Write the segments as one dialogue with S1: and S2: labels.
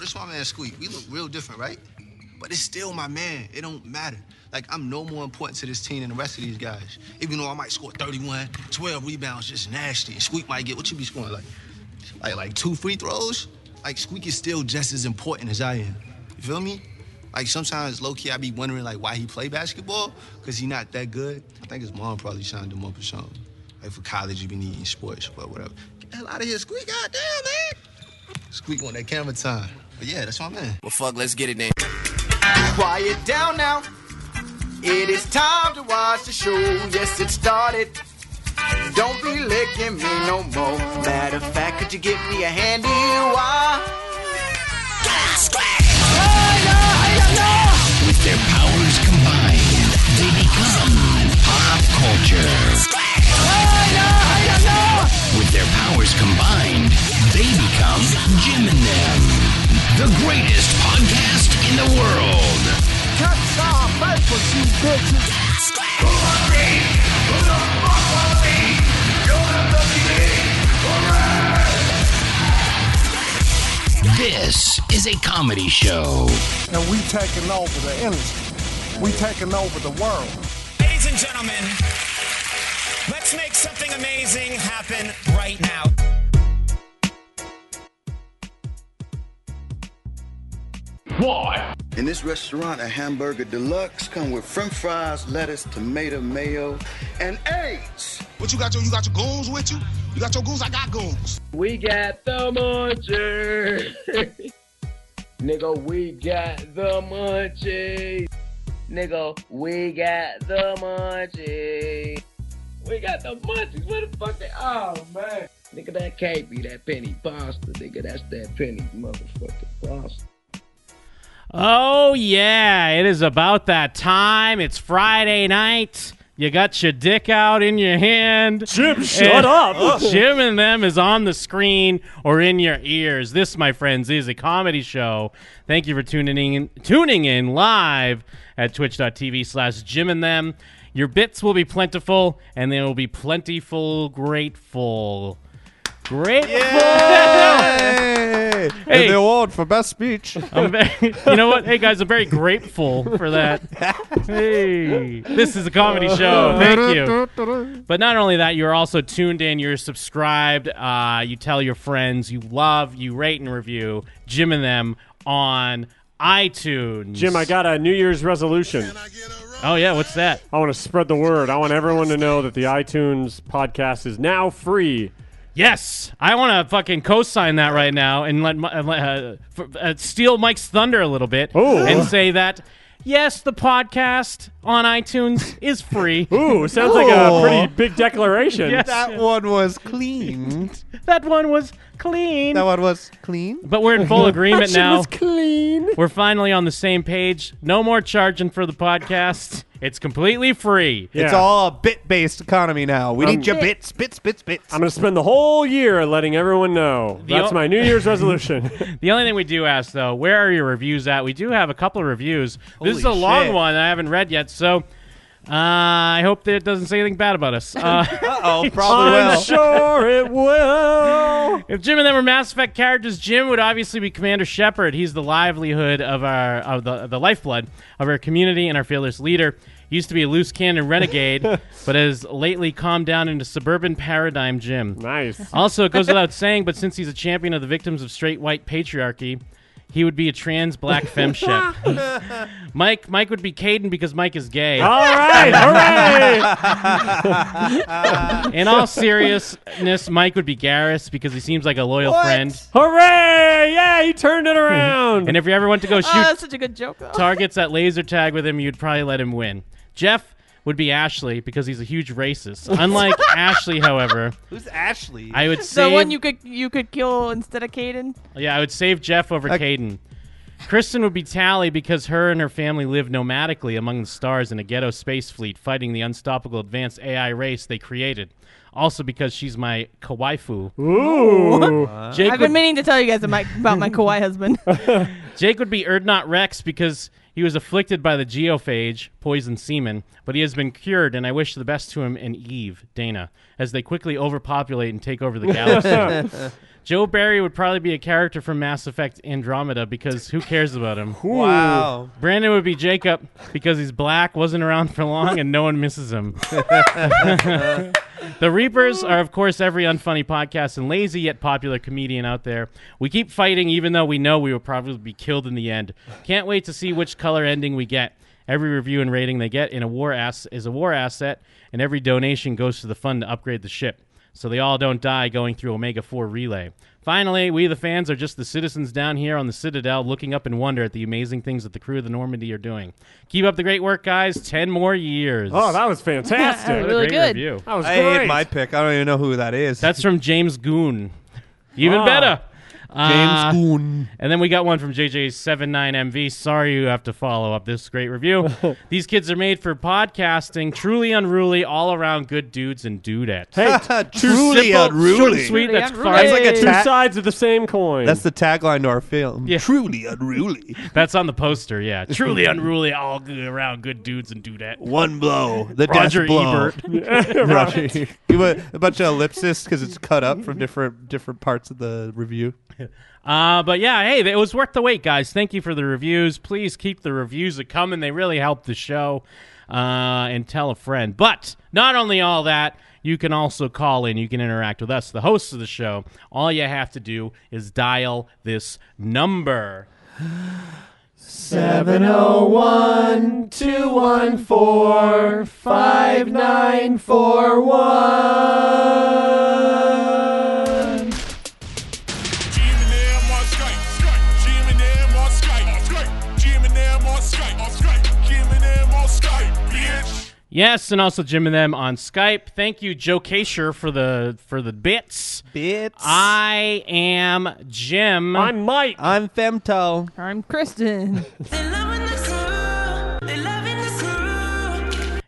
S1: this my man Squeak. We look real different, right? But it's still my man. It don't matter. Like, I'm no more important to this team than the rest of these guys. Even though I might score 31, 12 rebounds, just nasty. And Squeak might get, what you be scoring, like, like, like two free throws? Like, Squeak is still just as important as I am. You feel me? Like, sometimes, low-key, I be wondering, like, why he play basketball, because he not that good. I think his mom probably signed him up or something. Like, for college, you be needing sports, but whatever. Get the hell out of here, Squeak. Goddamn, man. Squeak on that camera time. But yeah, that's my man.
S2: Well, fuck, let's get it then.
S3: Quiet down now. It is time to watch the show. Yes, it started. Don't be licking me no more. Matter of fact, could you give me a handy why?
S4: With their powers combined, they become pop culture. With their powers combined, they become Jim and them, the greatest podcast in the world. This is a comedy show.
S5: and we taking over the industry. We taking over the world.
S6: Ladies and gentlemen, let's make something amazing happen right now.
S7: In this restaurant, a hamburger deluxe come with french fries, lettuce, tomato, mayo, and eggs.
S8: What you got your you got your goons with you? You got your goons? I got goons.
S9: We got the munchies. Nigga, we got the munchies. Nigga, we got the munchies. We got the munchies. What the fuck they? Oh man. Nigga, that can't be that penny pasta. Nigga, that's that penny motherfucking pasta.
S10: Oh, yeah. It is about that time. It's Friday night. You got your dick out in your hand. Jim, shut up. Jim and them is on the screen or in your ears. This, my friends, is a comedy show. Thank you for tuning in, tuning in live at twitch.tv slash Jim and them. Your bits will be plentiful, and they will be plentiful, grateful. Grateful. Hey.
S11: the award for best speech.
S10: I'm very, you know what? Hey guys, I'm very grateful for that. Hey, this is a comedy show. Thank you. But not only that, you're also tuned in. You're subscribed. Uh, you tell your friends. You love. You rate and review Jim and them on iTunes.
S12: Jim, I got a New Year's resolution.
S10: Oh yeah, what's that?
S12: I want to spread the word. I want everyone to know that the iTunes podcast is now free.
S10: Yes, I want to fucking co-sign that right now and let Mi- uh, let, uh, f- uh, steal Mike's thunder a little bit
S12: Ooh.
S10: and say that yes, the podcast on iTunes is free.
S12: Ooh, sounds like a pretty big declaration.
S10: Yes.
S11: That one was clean.
S10: That one was clean.
S11: That one was clean.
S10: but we're in full agreement now.
S12: clean.
S10: We're finally on the same page. No more charging for the podcast. It's completely free.
S12: Yeah.
S11: It's all a bit-based economy now. We
S13: Um,
S11: need your bits, bits, bits, bits.
S12: I'm going to spend the whole year letting everyone know.
S10: The
S12: That's
S10: o-
S12: my New Year's resolution.
S10: The only thing we do ask though, where are your reviews at? We do have a couple of reviews. this is a
S11: Holy
S10: long
S11: shit.
S10: one I haven't read yet, so uh, I hope that it doesn't say anything bad about us. Uh,
S11: oh, probably
S12: I'm
S11: will.
S12: sure it will.
S10: if Jim and them were Mass Effect characters, Jim would obviously be Commander Shepard. He's the livelihood of our of the the lifeblood of our community and our fearless leader. He used to be a loose cannon renegade, but has lately calmed down into suburban paradigm Jim.
S12: Nice.
S10: Also, it goes without saying, but since he's a champion of the victims of straight white patriarchy, he would be a trans black femship. Mike, Mike would be Caden because Mike is gay.
S12: All right. All right.
S10: In all seriousness, Mike would be Garrus because he seems like a loyal friend.
S12: Hooray! Yeah, he turned it around.
S10: And if you ever went to go shoot
S13: Oh, such a good joke, though.
S10: targets that laser tag with him, you'd probably let him win. Jeff would be Ashley because he's a huge racist. Unlike Ashley, however,
S11: Who's Ashley?
S10: I would
S13: the
S10: save
S13: one you could you could kill instead of Caden.
S10: Yeah, I would save Jeff over
S11: Uh,
S10: Caden. Kristen would be Tally because her and her family live nomadically among the stars in a ghetto space fleet fighting the unstoppable advanced AI race they created. Also because she's my kawaifu.
S12: Ooh.
S10: Jake,
S13: I've
S10: would,
S13: been meaning to tell you guys about my, about my kawaii husband.
S10: Jake would be Erdnot Rex because he was afflicted by the geophage, poison semen, but he has been cured and I wish the best to him and Eve, Dana, as they quickly overpopulate and take over the galaxy. Joe Barry would probably be a character from Mass Effect Andromeda because who cares about him?
S11: Wow.
S10: Brandon would be Jacob because he's black, wasn't around for long, and no one misses him. the Reapers are, of course, every unfunny podcast and lazy yet popular comedian out there. We keep fighting even though we know we will probably be killed in the end. Can't wait to see which color ending we get. Every review and rating they get in a war ass is a war asset, and every donation goes to the fund to upgrade the ship, so they all don't die going through Omega 4 relay. Finally, we the fans are just the citizens down here on the Citadel looking up in wonder at the amazing things that the crew of the Normandy are doing. Keep up the great work, guys. 10 more years.
S12: Oh, that was fantastic.
S10: What a
S12: Really
S10: great
S12: good.
S10: Review.
S12: That was
S11: I hate my pick. I don't even know who that is.
S10: That's from James Goon. Even
S11: Ah.
S10: better. Uh,
S11: James Goon.
S10: And then we got one from JJ79MV. Sorry you have to follow up this great review. These kids are made for podcasting. Truly unruly, all around good dudes and dudettes.
S12: Hey,
S10: Too simple, short and sweet, that's fine.
S12: That's like a two sides of the same coin.
S11: That's the tagline to our film.
S10: Yeah.
S11: Truly unruly.
S10: That's on the poster, yeah. Truly unruly, all good around good dudes and dudettes.
S11: One blow, the
S10: Roger
S11: death blow.
S10: Ebert.
S11: No. You put a bunch of ellipsis because it's cut up from different different parts of the review.
S10: Uh, but yeah, hey, it was worth the wait, guys. Thank you for the reviews. Please keep the reviews a coming. They really help the show. Uh, and tell a friend. But not only all that, you can also call in. You can interact with us, the hosts of the show. All you have to do is dial this number.
S12: 701 214 5941.
S10: Yes, and also Jim and them on Skype. Thank you, Joe Kasher, for the for the bits.
S11: Bits.
S10: I am Jim.
S12: I'm Mike.
S11: I'm Femto.
S13: I'm Kristen.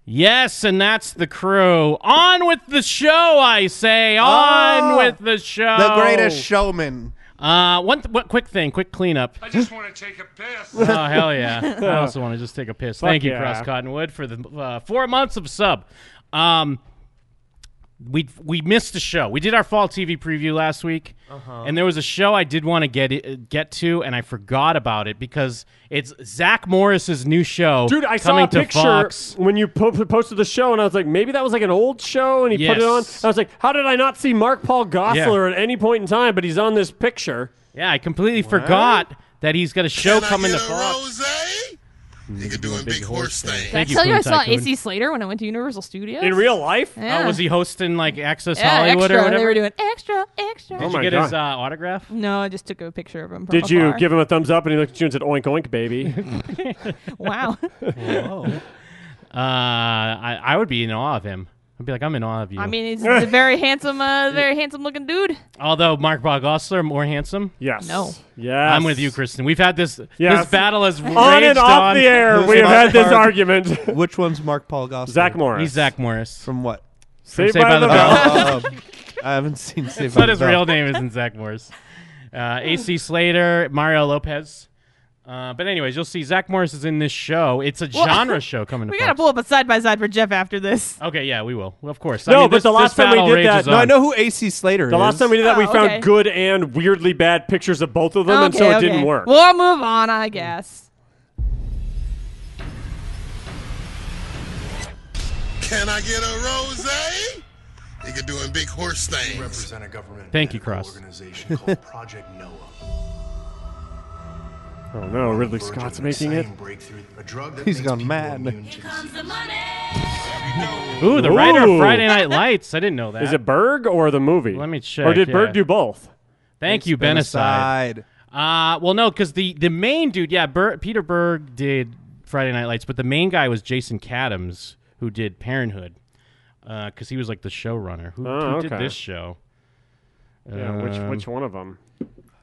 S10: Yes, and that's the crew. On with the show, I say. On
S11: Oh,
S10: with the show.
S11: The greatest showman.
S10: Uh, one th- what, quick thing, quick cleanup. I just want to take a piss. oh hell yeah! I also want to just take a piss.
S12: Fuck
S10: Thank you,
S12: yeah.
S10: Cross Cottonwood, for the uh, four months of sub. Um, we we missed a show. We did our fall TV preview last week,
S12: Uh-huh.
S10: and there was a show I did want to get it, get to, and I forgot about it because it's Zach Morris's new show.
S12: Dude, I saw
S10: coming
S12: a
S10: to
S12: picture
S10: Fox.
S12: when you po- posted the show, and I was like, maybe that was like an old show, and he put it on.
S10: Yes.
S12: I was like, how did I not see Mark Paul Gossler at any point in time? But he's on this picture.
S10: Yeah, I completely forgot that he's got a show coming to Fox.
S12: Nigga doing
S14: Mm-hmm.
S12: big horse thing.
S13: Did I tell you I saw AC Slater when I went to Universal Studios?
S10: In real life?
S13: Yeah.
S10: Oh, was he hosting like Access
S13: Yeah,
S10: Hollywood
S13: extra.
S10: or whatever?
S13: They were doing extra, extra.
S12: Oh
S10: Did you get his uh, autograph?
S13: No, I just took a picture of him. From
S12: Did you
S13: afar.
S12: give him a thumbs up? And he looked at you and said, oink, oink, baby.
S13: Wow.
S10: Uh, I, I would be in awe of him. I'd be like, I'm in awe of you.
S13: I mean, he's a very handsome, uh, very handsome looking dude.
S10: although Mark Bogosler more handsome.
S12: Yes.
S13: No.
S12: Yes.
S10: I'm with you, Kristen. We've had this.
S12: Yes.
S10: This battle has
S12: On
S10: raged
S12: and off
S10: on.
S12: the air.
S11: Who's
S12: We have
S11: Mark
S12: had this
S11: Park?
S12: argument.
S11: Which one's Mark Paul Gosselaar?
S12: Zach Morris.
S10: He's Zach Morris.
S11: From what?
S12: Saved
S10: Saved
S12: by,
S10: by
S12: the
S10: the
S12: Bell.
S11: Oh, um, I haven't seen Saved
S10: That's
S11: by
S10: not
S11: the
S10: his
S11: Bell.
S10: real name. Isn't Zach Morris? Uh, AC Slater, Mario Lopez. Uh, but anyways, you'll see Zach Morris is in this show. It's a
S13: Well,
S10: genre show coming.
S13: We
S10: to
S13: gotta
S10: Fox.
S13: pull up a side by side for Jeff after this.
S10: Okay, yeah, we will. Well, of course. I
S12: No,
S10: mean,
S12: but
S10: this,
S12: the
S10: this
S12: last time we
S10: battle
S12: did
S10: rages
S12: that-
S11: No,
S10: on.
S11: I know who AC Slater
S12: The
S11: is.
S12: last time we did that, we
S13: Oh,
S12: found
S13: okay.
S12: good and weirdly bad pictures of both of them, and
S13: okay,
S12: so it
S13: okay.
S12: didn't work.
S13: We'll move on, I guess.
S8: Can I get a rose? Nigga doing big horse things. Represent a government.
S10: Thank you, Cross.
S8: Organization called Project Noah.
S12: Oh no, Ridley Scott's making it.
S8: Breakthrough. A drug
S11: He's gone mad.
S10: Ooh, the writer
S12: Ooh.
S10: of Friday Night Lights. I didn't know that.
S12: Is it Berg or the movie?
S10: Let me check.
S12: Or did Berg
S10: yeah.
S12: do both?
S10: Thank you, Benaside. Uh, well, no, because the the main dude, yeah, Ber- Peter Berg did Friday Night Lights, but the main guy was Jason Kadams, who did Parenthood, because he was like the showrunner. Who,
S12: Oh,
S10: who did
S12: okay.
S10: this show?
S12: Yeah, which
S10: Um,
S12: which one of them?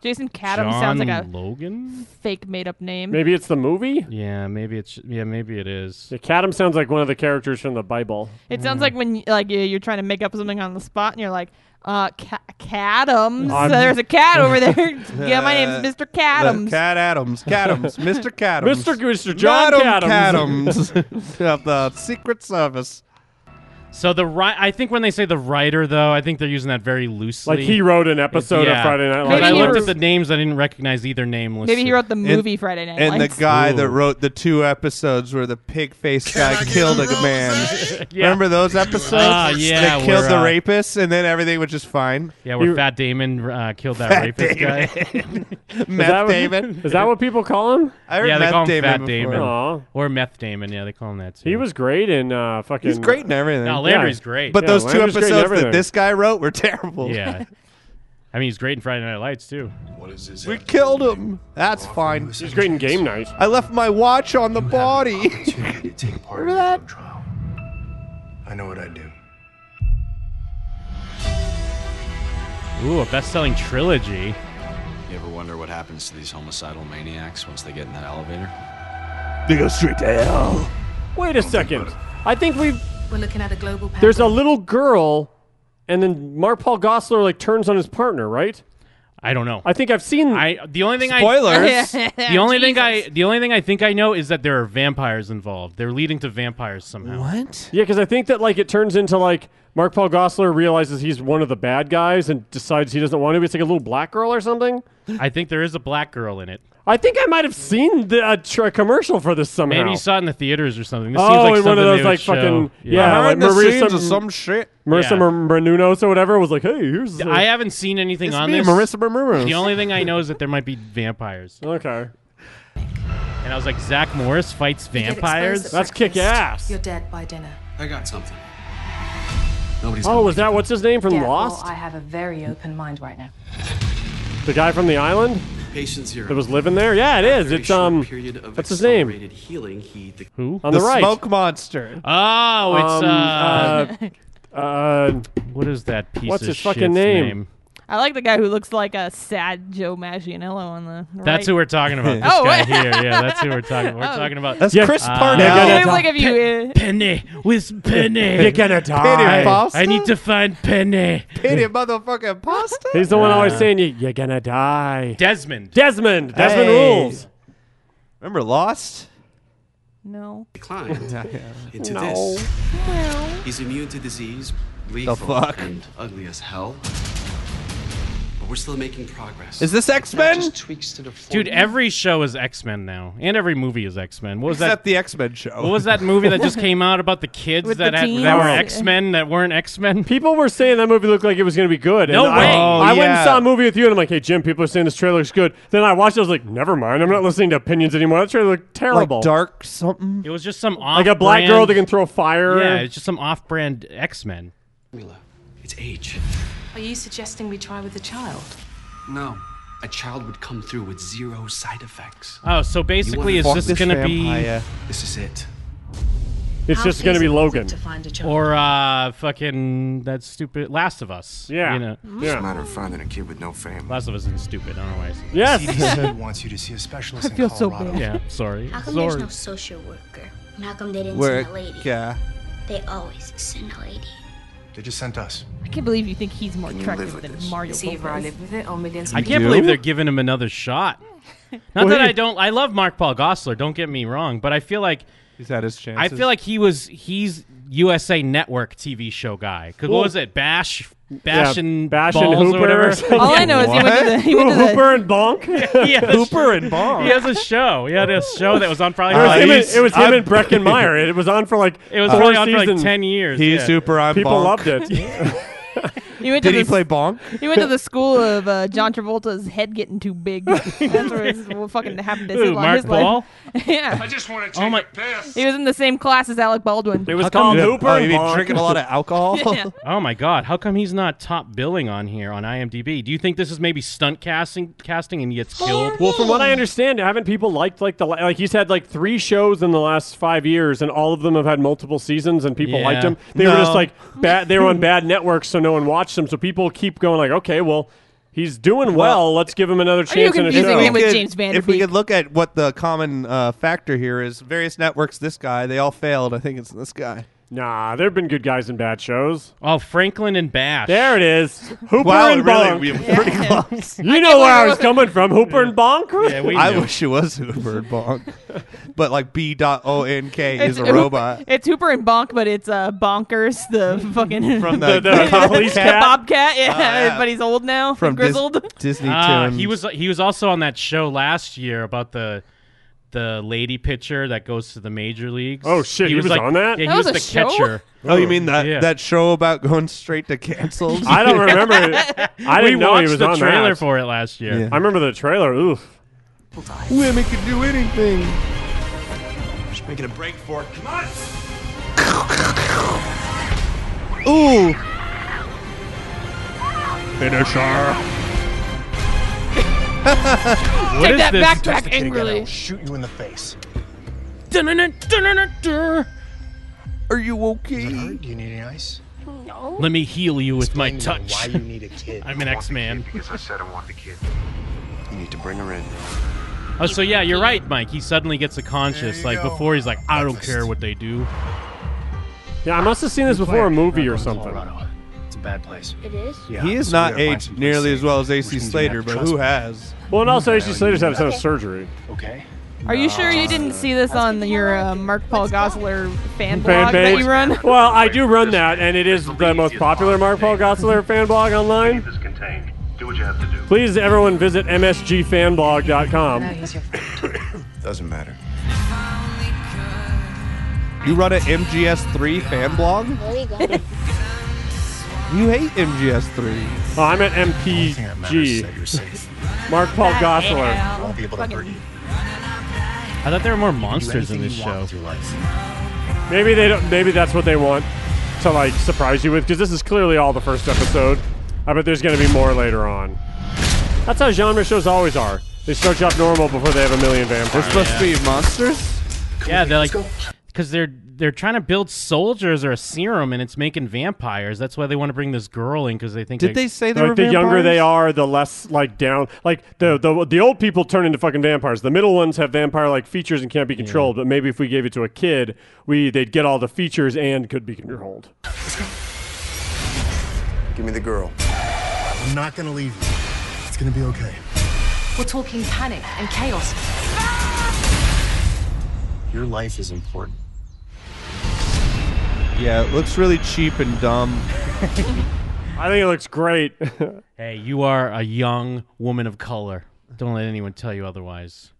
S13: Jason Cadam
S10: John
S13: sounds like a
S10: Logan.
S13: fake made up name.
S12: Maybe it's the movie.
S10: Yeah, maybe it's yeah, maybe it is.
S12: The Cadam sounds like one of the characters from the Bible.
S13: It
S11: Mm-hmm.
S13: sounds like when y- like you- you're trying to make up something on the spot and you're like, uh, Ca- Cadams.
S12: I'm-
S13: There's a cat over there. yeah, my name's Mr. Cadams.
S11: Cat Adams. Cat Adams. Mr. Cadams.
S12: Mr. Mr. John
S11: Madam
S12: Cadams.
S11: Cadams of the Secret Service.
S10: So the right, I think when they say the writer, though, I think they're using that very loosely.
S12: Like, he wrote an episode of Friday Night
S10: But I
S12: Lights.
S10: looked at the names, I didn't recognize either name. listed.
S13: Maybe he wrote the
S11: And-
S13: movie Friday Night
S11: And
S13: Lights.
S11: the guy that wrote the two episodes where the pig faced guy killed a man.
S10: Yeah.
S11: Remember those episodes?
S10: Ah, yeah,
S11: They killed
S10: we're,
S11: the
S10: uh,
S11: rapist, and then everything was just fine.
S10: Yeah, where Fat Damon uh, killed that
S11: Fat
S10: rapist
S11: Damon.
S10: guy.
S11: Is Meth that what- Damon.
S12: is that what people call him? I heard
S10: yeah, they
S12: Meth
S10: call him
S12: Damon
S10: Fat
S12: before.
S10: Damon.
S12: Aw.
S10: Or Meth Damon. Yeah, they call him that too.
S12: He was great in uh, fucking.
S11: He's great in everything.
S10: No, Landry's great.
S11: But
S10: Yeah,
S11: those two
S10: Landry's great in
S11: episodes that
S10: everything.
S11: this guy wrote were terrible.
S10: Yeah. I mean, he's great in Friday Night Lights too.
S8: What is this?
S11: we killed him. That's fine.
S12: He's great in Game Night.
S11: I left my watch on the body. Remember that?
S2: I know what I do.
S10: Ooh, a best-selling trilogy.
S14: You ever wonder what happens to these homicidal maniacs once they get in that elevator?
S12: They go straight to hell. Wait a second. I think we
S15: We're looking at a global pandemic.
S12: there's a little girl, and then Mark Paul Gosselaar like turns on his partner, right?
S10: I don't know.
S12: I think I've seen. I
S10: the only thing I, the only thing I the only thing I think I know is that there are vampires involved. They're leading to vampires somehow.
S11: What?
S12: Yeah, because I think that like it turns into like Mark Paul Gosselaar realizes he's one of the bad guys and decides he doesn't want to. be. It's like a little black girl or something.
S10: I think there is a black girl in it.
S12: I think I might have seen the uh, tr- commercial for this somehow.
S10: Maybe you saw it in the theaters or something. This
S12: oh,
S10: seems like
S12: and
S10: something
S12: one of
S10: they
S12: those
S10: would
S12: like
S10: show.
S12: fucking yeah, like Marissa Marissa
S10: Yeah.
S12: Mer- Menounos or whatever was like, hey, here's.
S10: I haven't seen anything
S12: It's
S10: on
S12: me,
S10: this.
S12: Marissa Menounos.
S10: The only thing I know is that there might be vampires.
S12: Okay.
S10: And I was like, Zach Morris fights
S15: You get exposed
S10: vampires.
S15: at breakfast. You're dead by dinner.
S14: I got something. Nobody's.
S12: Oh, was that what's his name from
S15: Yeah, well,
S12: Lost?
S15: I have a very open mind right now.
S12: The guy from the island
S14: Patient zero.
S12: that was living there. Yeah, it is. It's um.
S14: Period of
S12: What's his name?
S14: accelerated healing. He. The-
S10: Who?
S12: On the,
S11: The
S12: right.
S11: smoke monster.
S10: Oh, it's,
S12: Um, uh, uh,
S10: what is that piece
S12: What's
S10: of
S12: his fucking
S10: shit's
S12: name?
S10: name?
S13: I like the guy who looks like a sad Joe Magianello on the.
S10: That's
S13: right.
S10: who we're talking about. This
S13: Oh,
S10: guy
S13: wait.
S10: here. Yeah, that's who we're talking. We're
S13: Oh.
S10: talking about.
S13: That's Yeah.
S10: Uh,
S13: Chris Parnell. Yeah, yeah, yeah. Like if you-
S10: Penny, where's Penny?
S12: You're gonna die.
S10: I, I need to find Penny.
S11: Pity motherfucking pasta.
S12: He's the one always
S10: Uh,
S12: saying you, you're gonna die.
S10: Desmond.
S12: Desmond. Desmond
S11: Hey.
S12: rules.
S11: Remember Lost?
S13: No.
S14: into
S11: No.
S14: this. He's immune to disease, lethal,
S11: fuck?
S14: and ugly as hell. But we're still making progress.
S11: Is this X Men?
S10: Dude, every show is X Men now, and every movie is X Men. What was
S11: Except
S10: that?
S11: the X Men show.
S10: what was that movie that just came out about the kids
S11: With
S10: that
S11: the
S10: had
S11: teens?
S10: that were
S11: Oh.
S10: X Men that weren't X Men?
S12: People were saying that movie looked like it was gonna be good.
S10: No
S12: and I-
S10: way. Oh,
S12: I, went and
S10: yeah.
S12: saw a movie with you, and I'm like, hey Jim, people are saying this trailer looks good. Then I watched. it, I was like, never mind. I'm not listening to opinions anymore. That trailer looked terrible.
S11: dark something.
S10: It was just some off.
S12: Like a black girl that can throw fire.
S10: Yeah, it's just some off-brand X Men.
S14: It's age.
S15: Are you suggesting we try with a child?
S14: No. A child would come through with zero side effects.
S10: Oh, so basically, is this gonna be
S14: This is it.
S12: It's
S15: How
S12: just gonna be
S15: feasible is it
S12: Logan.
S15: To find a child?
S10: or uh, fucking that stupid Last of Us?
S12: Yeah.
S10: you know,
S2: It's a matter of finding a kid with no family.
S10: Last of Us is stupid. I don't know why. I said that.
S2: The CDC wants you to see a specialist in Colorado.
S10: Yeah, sorry.
S16: How come there's
S10: sorry.
S16: no social worker? And how come they didn't
S11: Where?
S16: send a lady?
S11: Yeah.
S16: They always send a lady.
S2: They just sent us.
S13: I can't believe you think he's more
S2: Can you live
S13: attractive
S2: with
S13: than
S2: this?
S13: Mario.
S15: See if I
S13: Lopez.
S15: live with it or millions.
S10: I can't believe they're giving him another shot. Not
S12: Well,
S10: that
S12: he-
S10: I don't. I love Mark Paul Gosselaar. Don't get me wrong, but I feel like
S11: he's had his chances.
S10: I feel like he was he's USA Network TV show guy. 'Cause
S12: Well-
S10: what was it? Bash, bash and
S12: Bash and
S10: balls
S12: Hooper
S10: or
S12: or
S10: whatever.
S12: something. All I know is he went to the- he went to the- Hooper and Bonk?
S10: he has a
S12: Hooper
S10: sh-
S12: and Bonk.
S10: He has a show. He had a show that was on probably.
S12: It was, him and,
S10: Nice.
S12: it was him
S10: I'm-
S12: and Breckenmeyer. It was on for like
S10: It was
S12: four
S10: probably on for like
S12: seasons.
S10: 10 years,
S11: He's yeah. super on
S12: People
S11: bonk.
S12: loved it.
S13: He went
S11: Did
S13: to
S11: he
S13: the,
S11: play Bonk?
S13: He went to the school of uh, John Travolta's head getting too big. That's where his, what fucking happened to his,
S10: Who,
S13: li-
S10: Mark
S13: his life.
S10: Ball?
S13: yeah. I
S10: just wanna take Oh my- a
S13: He was in the same class as Alec Baldwin.
S12: It was called Hooper.
S11: Oh,
S12: and
S11: you mean
S12: Bonk.
S11: drinking a lot of alcohol?
S13: Yeah.
S10: Oh my God! How come he's not top billing on here on IMDb? Do you think this is maybe stunt casting, casting, and he gets killed?
S12: Well, from what I understand, haven't people liked like the like he's had like three shows in the last five years, and all of them have had multiple seasons, and people liked
S10: Yeah.
S12: him. They were just
S10: No.
S12: like bad. They were on bad networks, so no one watched them. So people keep going like, okay, well, he's doing well. let's give him another chance in a show.
S11: If we could- If we could look at what the common uh, factor here is, various networks, this guy, they all failed. I think it's this guy.
S12: Nah, there have been good guys in bad shows.
S10: Oh, Franklin and Bash.
S12: There it is. Hooper
S11: Wow,
S12: and
S11: really,
S12: Bonk.
S11: we were pretty Yeah. close.
S12: You know where I was coming from. Hooper and Bonk?
S11: I wish it was Hooper and Bonk, but like B dot O N K is a
S13: Hooper-
S11: robot.
S13: It's Hooper and Bonk, but it's uh, Bonkers, the fucking
S11: From the- The- the
S13: police
S11: police cat?
S13: Bobcat. Yeah,
S11: Oh, yeah.
S13: but he's old now,
S11: From Dis-
S13: grizzled.
S11: Disney
S10: Ah,
S11: Toons.
S10: he was he was also on that show last year about the the lady pitcher that goes to the major leagues.
S12: Oh, shit, he was
S10: like,
S12: on that?
S10: Yeah,
S12: That
S10: he
S12: was
S10: was,
S12: a
S10: the
S12: show?
S10: catcher.
S11: Oh, you mean that
S10: Yeah.
S11: that show about going straight to canceled?
S12: I don't remember. it. I
S10: We
S12: didn't know he
S10: watched
S12: was
S10: the
S12: on
S10: trailer
S12: that.
S10: for it last year.
S12: I remember the trailer. Oof.
S11: Women can do anything.
S3: Just making a break for it. Come on.
S11: Ooh.
S12: Finisher.
S11: What
S13: Take
S11: is
S13: that
S11: this?
S13: backtrack angrily.
S2: Shoot you in the face.
S11: Are you okay?
S2: Do you need any ice?
S16: No.
S10: Let me heal you with my
S2: Explain to me
S10: touch.
S2: Why you need a kid?
S10: I'm an X-Man.
S2: Because I said I want the kid.
S7: You need to bring her in.
S10: Oh, so yeah, you're right, Mike. He suddenly gets a conscious. Like before, he's like, I don't care what they do.
S12: Yeah, I must have seen this before a movie or something.
S2: It's a bad place.
S16: It is?
S11: he is not aged nearly as well as AC Slater, but who has?
S12: Well, and also AC Slater's had some surgery.
S2: Okay.
S13: Are you sure you didn't see this on your uh, Mark Paul Gosselaar fan blog that
S12: page.
S13: you run?
S12: Well, I do run that, and it is the most popular Mark Paul Gosselaar fan blog online.
S17: Is contained. Do what you have to do.
S12: Please, everyone, visit msgfanblog.com.
S15: he's your friend.
S7: Doesn't matter.
S11: You run an MGS3 fan blog?
S16: There you go.
S11: You hate MGS3.
S12: Oh, I'm at
S11: that matters is that you're
S12: MPG. Mark Paul Gosselaar.
S2: won't be able to hurt you.
S10: I thought there were more monsters in this show.
S12: Maybe they don't. Maybe that's what they want to like surprise you with, because this is clearly all the first episode. I bet there's going to be more later on. That's how genre shows always are. They start you off normal before they have a million vampires.
S11: There's supposed to be monsters?
S10: Yeah, they're like, because they're they're trying to build soldiers or a serum, and it's making vampires. That's why they want to bring this girl in because they think.
S11: Did they say there
S12: like
S11: were
S12: the younger
S11: vampires?
S12: they are, the less like down. Like the, the the old people turn into fucking vampires. The middle ones have vampire like features and can't be controlled. But maybe if we gave it to a kid, we they'd get all the features and could be controlled.
S7: Give me the girl.
S2: I'm not gonna leave you. It's gonna be okay.
S15: We're talking panic and chaos.
S2: Your life is important.
S11: Yeah, it looks really cheap and dumb.
S12: I think it looks great.
S10: Hey, you are a young woman of color. Don't let anyone tell you otherwise.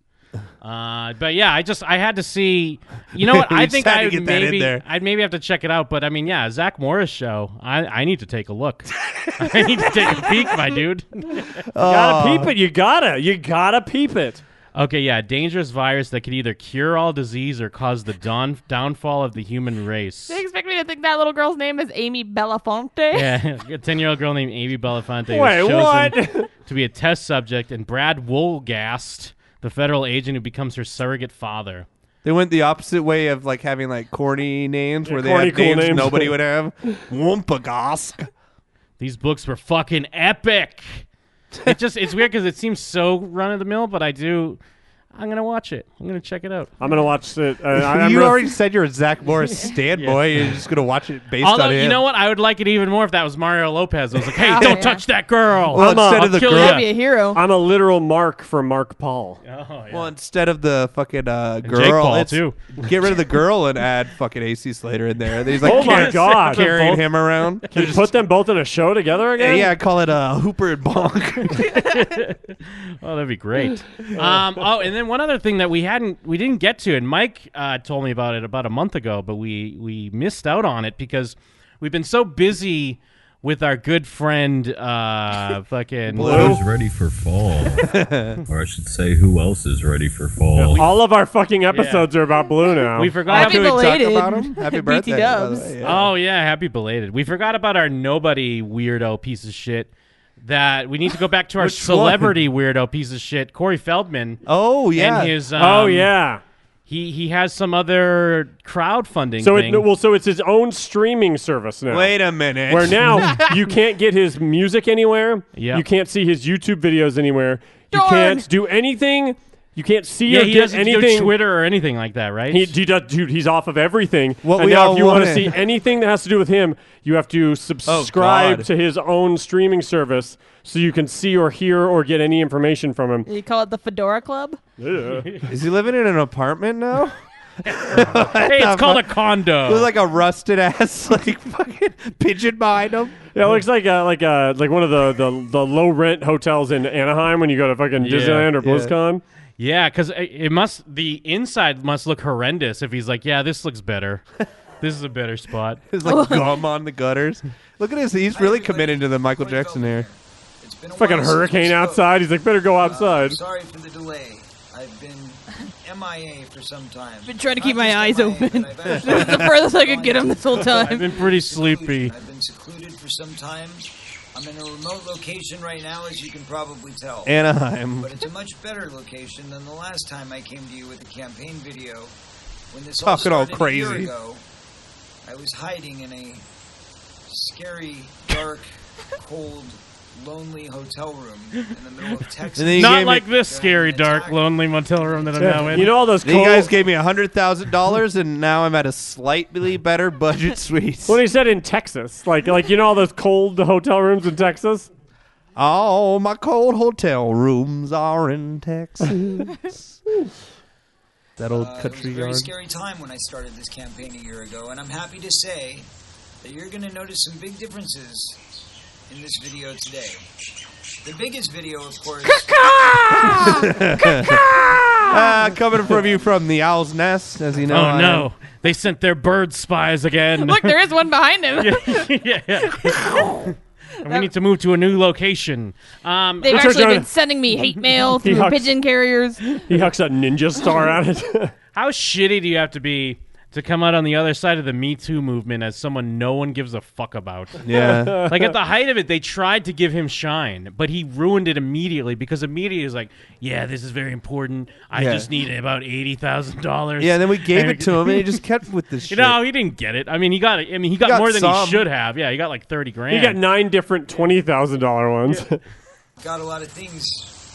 S10: Uh, but yeah, I just I had to see. You know what?
S11: You
S10: I
S11: just
S10: think
S11: had to
S10: I
S11: get
S10: would
S11: that in
S10: maybe
S11: there.
S10: I'd maybe have to check it out. But I mean, yeah, Zach Morris show. I I need to take a look. I need to take a peek, my dude.
S12: You gotta
S11: Uh.
S12: peep it. You gotta. You gotta peep it.
S10: Okay, yeah, dangerous virus that could either cure all disease or cause the dawn, downfall of the human race.
S13: They expect me to think that little girl's name is Amy Belafonte.
S10: Yeah, a ten-year-old girl named Amy Belafonte
S12: Wait,
S10: was chosen to be a test subject, and Brad Wolgast, the federal agent who becomes her surrogate father.
S11: They went the opposite way of like having like corny names where they
S12: corny,
S11: have
S12: cool
S11: names,
S12: names.
S11: nobody would have. Woompagosk.
S10: These books were fucking epic. It just it's weird because it seems so run of the mill, but I do. I'm gonna watch it. I'm gonna check it out.
S12: I'm gonna watch it. Uh, I- I'm
S11: you
S12: real-
S11: already said you're a Zach Morris stan
S10: Yeah.
S11: boy. You're just gonna watch it based
S10: Although
S11: on him.
S10: you know what, I would like it even more if that was Mario Lopez. I was like, hey, don't touch that girl.
S11: Well,
S10: I'm
S11: instead
S10: a-
S11: of the
S10: I'll kill
S11: girl-
S10: ya.
S11: That'd be
S13: a hero.
S12: I'm a literal mark for Mark Paul.
S11: Well, instead of the fucking uh, girl,
S10: Paul,
S11: it's-
S10: too.
S11: get rid of the girl and add fucking AC Slater in there. He's like,
S12: oh my
S11: carry-
S12: god,
S11: carrying him around.
S12: Can you put them both in a show together again?
S11: Yeah, call it uh, Hooper and Bonk.
S10: Oh, that'd be great. um, oh, and then one other thing that we hadn't, we didn't get to, and Mike uh, told me about it about a month ago, but we we missed out on it because we've been so busy with our good friend, uh, fucking
S18: Who's ready for fall? or I should say, who else is ready for fall?
S12: All of our fucking episodes are about Blue now.
S10: We forgot
S13: Happy
S10: to
S13: belated. Happy birthday, by the BT-dubs. way,
S12: Uh,
S13: yeah.
S10: Oh yeah, happy belated. We forgot about our nobody weirdo piece of shit. That we need to go back to our
S11: Which
S10: celebrity weirdo piece of shit, Corey Feldman.
S11: Oh, yeah.
S10: and his um,
S12: Oh, yeah.
S10: he he has some other crowdfunding.
S12: So
S10: thing.
S12: it well, so it's his own streaming service now.
S11: Wait a minute.
S12: Where now you can't get his music anywhere.
S10: Yeah.
S12: You can't see his YouTube videos anywhere. You
S13: Darn.
S12: can't do anything You can't see
S10: yeah,
S12: or
S10: he
S12: get
S10: doesn't
S12: anything.
S10: do Twitter or anything like that, right?
S12: He, he does, dude. He's off of everything.
S10: What
S12: and
S10: we
S12: now,
S10: all
S12: if you want to
S10: wanted.
S12: see anything that has to do with him, you have to subscribe
S10: Oh, God.
S12: to his own streaming service so you can see or hear or get any information from him.
S13: You call it the Fedora Club?
S11: Is he living in an apartment now?
S10: Hey, it's called a condo.
S11: It was like a rusted ass, like fucking pigeon behind him.
S12: Yeah, it looks like uh, like uh, like one of the, the, the low rent hotels in Anaheim when you go to fucking
S10: Yeah.
S12: Disneyland or
S10: Yeah.
S12: BlizzCon.
S10: Yeah, because it must the inside must look horrendous if he's like, yeah, this looks better. this is a better spot.
S11: There's like gum on the gutters. Look at his. He's really committed to the Michael Jackson here.
S12: It's fucking hurricane outside. He's like, better go outside.
S19: Sorry for the delay. I've been MIA for some time.
S13: Been trying to keep my eyes open. this is the furthest I could get him this whole time.
S10: I've been pretty sleepy.
S19: I've been secluded for some time. I'm in a remote location right now, as you can probably tell.
S11: Anaheim.
S19: But it's a much better location than the last time I came to you with a campaign video. When this
S11: Talking all
S19: all started a year
S11: crazy.
S19: ago, I was hiding in a scary, dark, cold, lonely hotel room in the middle of Texas.
S10: Not like this scary, dark, lonely motel room that I'm now in.
S11: Then You guys gave me hundred thousand dollars, and now I'm at a slightly better budget suite.
S12: Well, he said in Texas, like like you know all those cold hotel rooms in Texas.
S11: All my cold hotel rooms are in Texas. that old
S19: Uh,
S11: country
S19: it was a very
S11: yard.
S19: scary time when I started this campaign a year ago, and I'm happy to say that you're going to notice some big differences in this video today. The biggest video, of course.
S11: Ah, coming from you from the owl's nest, as you know.
S10: oh
S11: I
S10: no,
S11: am.
S10: they sent their bird spies again.
S13: Look, there is one behind him.
S10: yeah, yeah. And we need to move to a new location. Um,
S13: They've actually been sending me hate mail
S10: He
S13: through
S10: hucks-
S13: pigeon carriers.
S12: He hucks a ninja star at it.
S10: How shitty do you have to be to come out on the other side of the Me Too movement as someone no one gives a fuck about?
S11: Yeah.
S10: like at the height of it, they tried to give him shine, but he ruined it immediately because immediately is like, yeah, this is very important. I
S11: Yeah.
S10: just need about eighty thousand dollars.
S11: Yeah, and then we gave it to him, and he just kept with this shit.
S10: You know, he didn't get it. I mean, he got. I mean, he got,
S11: got
S10: more than
S11: some.
S10: he should have. Yeah, he got like thirty grand.
S12: He got nine different twenty thousand dollar ones.
S19: Got a lot of things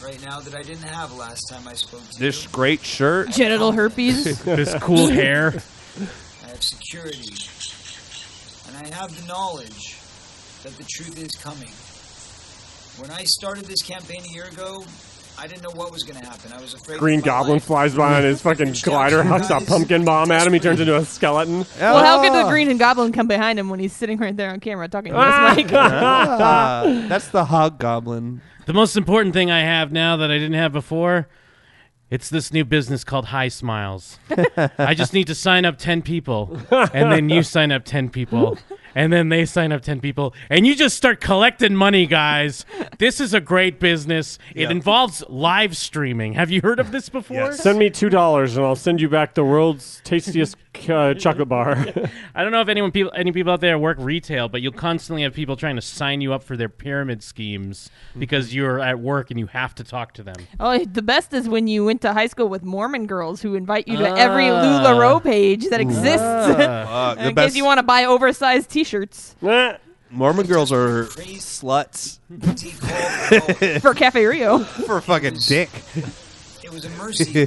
S19: right now that I didn't have last time I spoke to
S11: This great shirt.
S13: Genital herpes.
S10: This cool hair.
S19: you. I have security, and I have the knowledge that the truth is coming. When I started this campaign a year ago, I didn't know what was going to happen. I was afraid.
S12: Green
S19: for my
S12: Goblin
S19: life.
S12: flies by on his fucking glider, hucks a pumpkin bomb at him. He turns into a skeleton.
S13: Well, how could
S10: Ah.
S13: the Green and Goblin come behind him when he's sitting right there on camera talking to
S12: Ah.
S13: this mic?
S11: Ah, that's the hog goblin.
S10: The most important thing I have now that I didn't have before, it's this new business called High Smiles. I just need to sign up 10 people and then you sign up 10 people and then they sign up 10 people and you just start collecting money, guys. This is a great business. It involves live streaming. Have you heard of this before?
S12: Send me two dollars and I'll send you back the world's tastiest uh, chocolate bar.
S10: I don't know if anyone people any people out there work retail, but you'll constantly have people trying to sign you up for their pyramid schemes because you're at work and you have to talk to them.
S13: Oh, the best is when you went to high school with Mormon girls who invite you to every
S10: Ah.
S13: LuLaRoe page that exists
S11: Ah. Fuck, the
S13: in case
S11: best-
S13: you want to buy oversized T-shirts
S11: Mormon girls are sluts.
S13: for Cafe Rio.
S11: For fucking dick.
S19: It was a mercy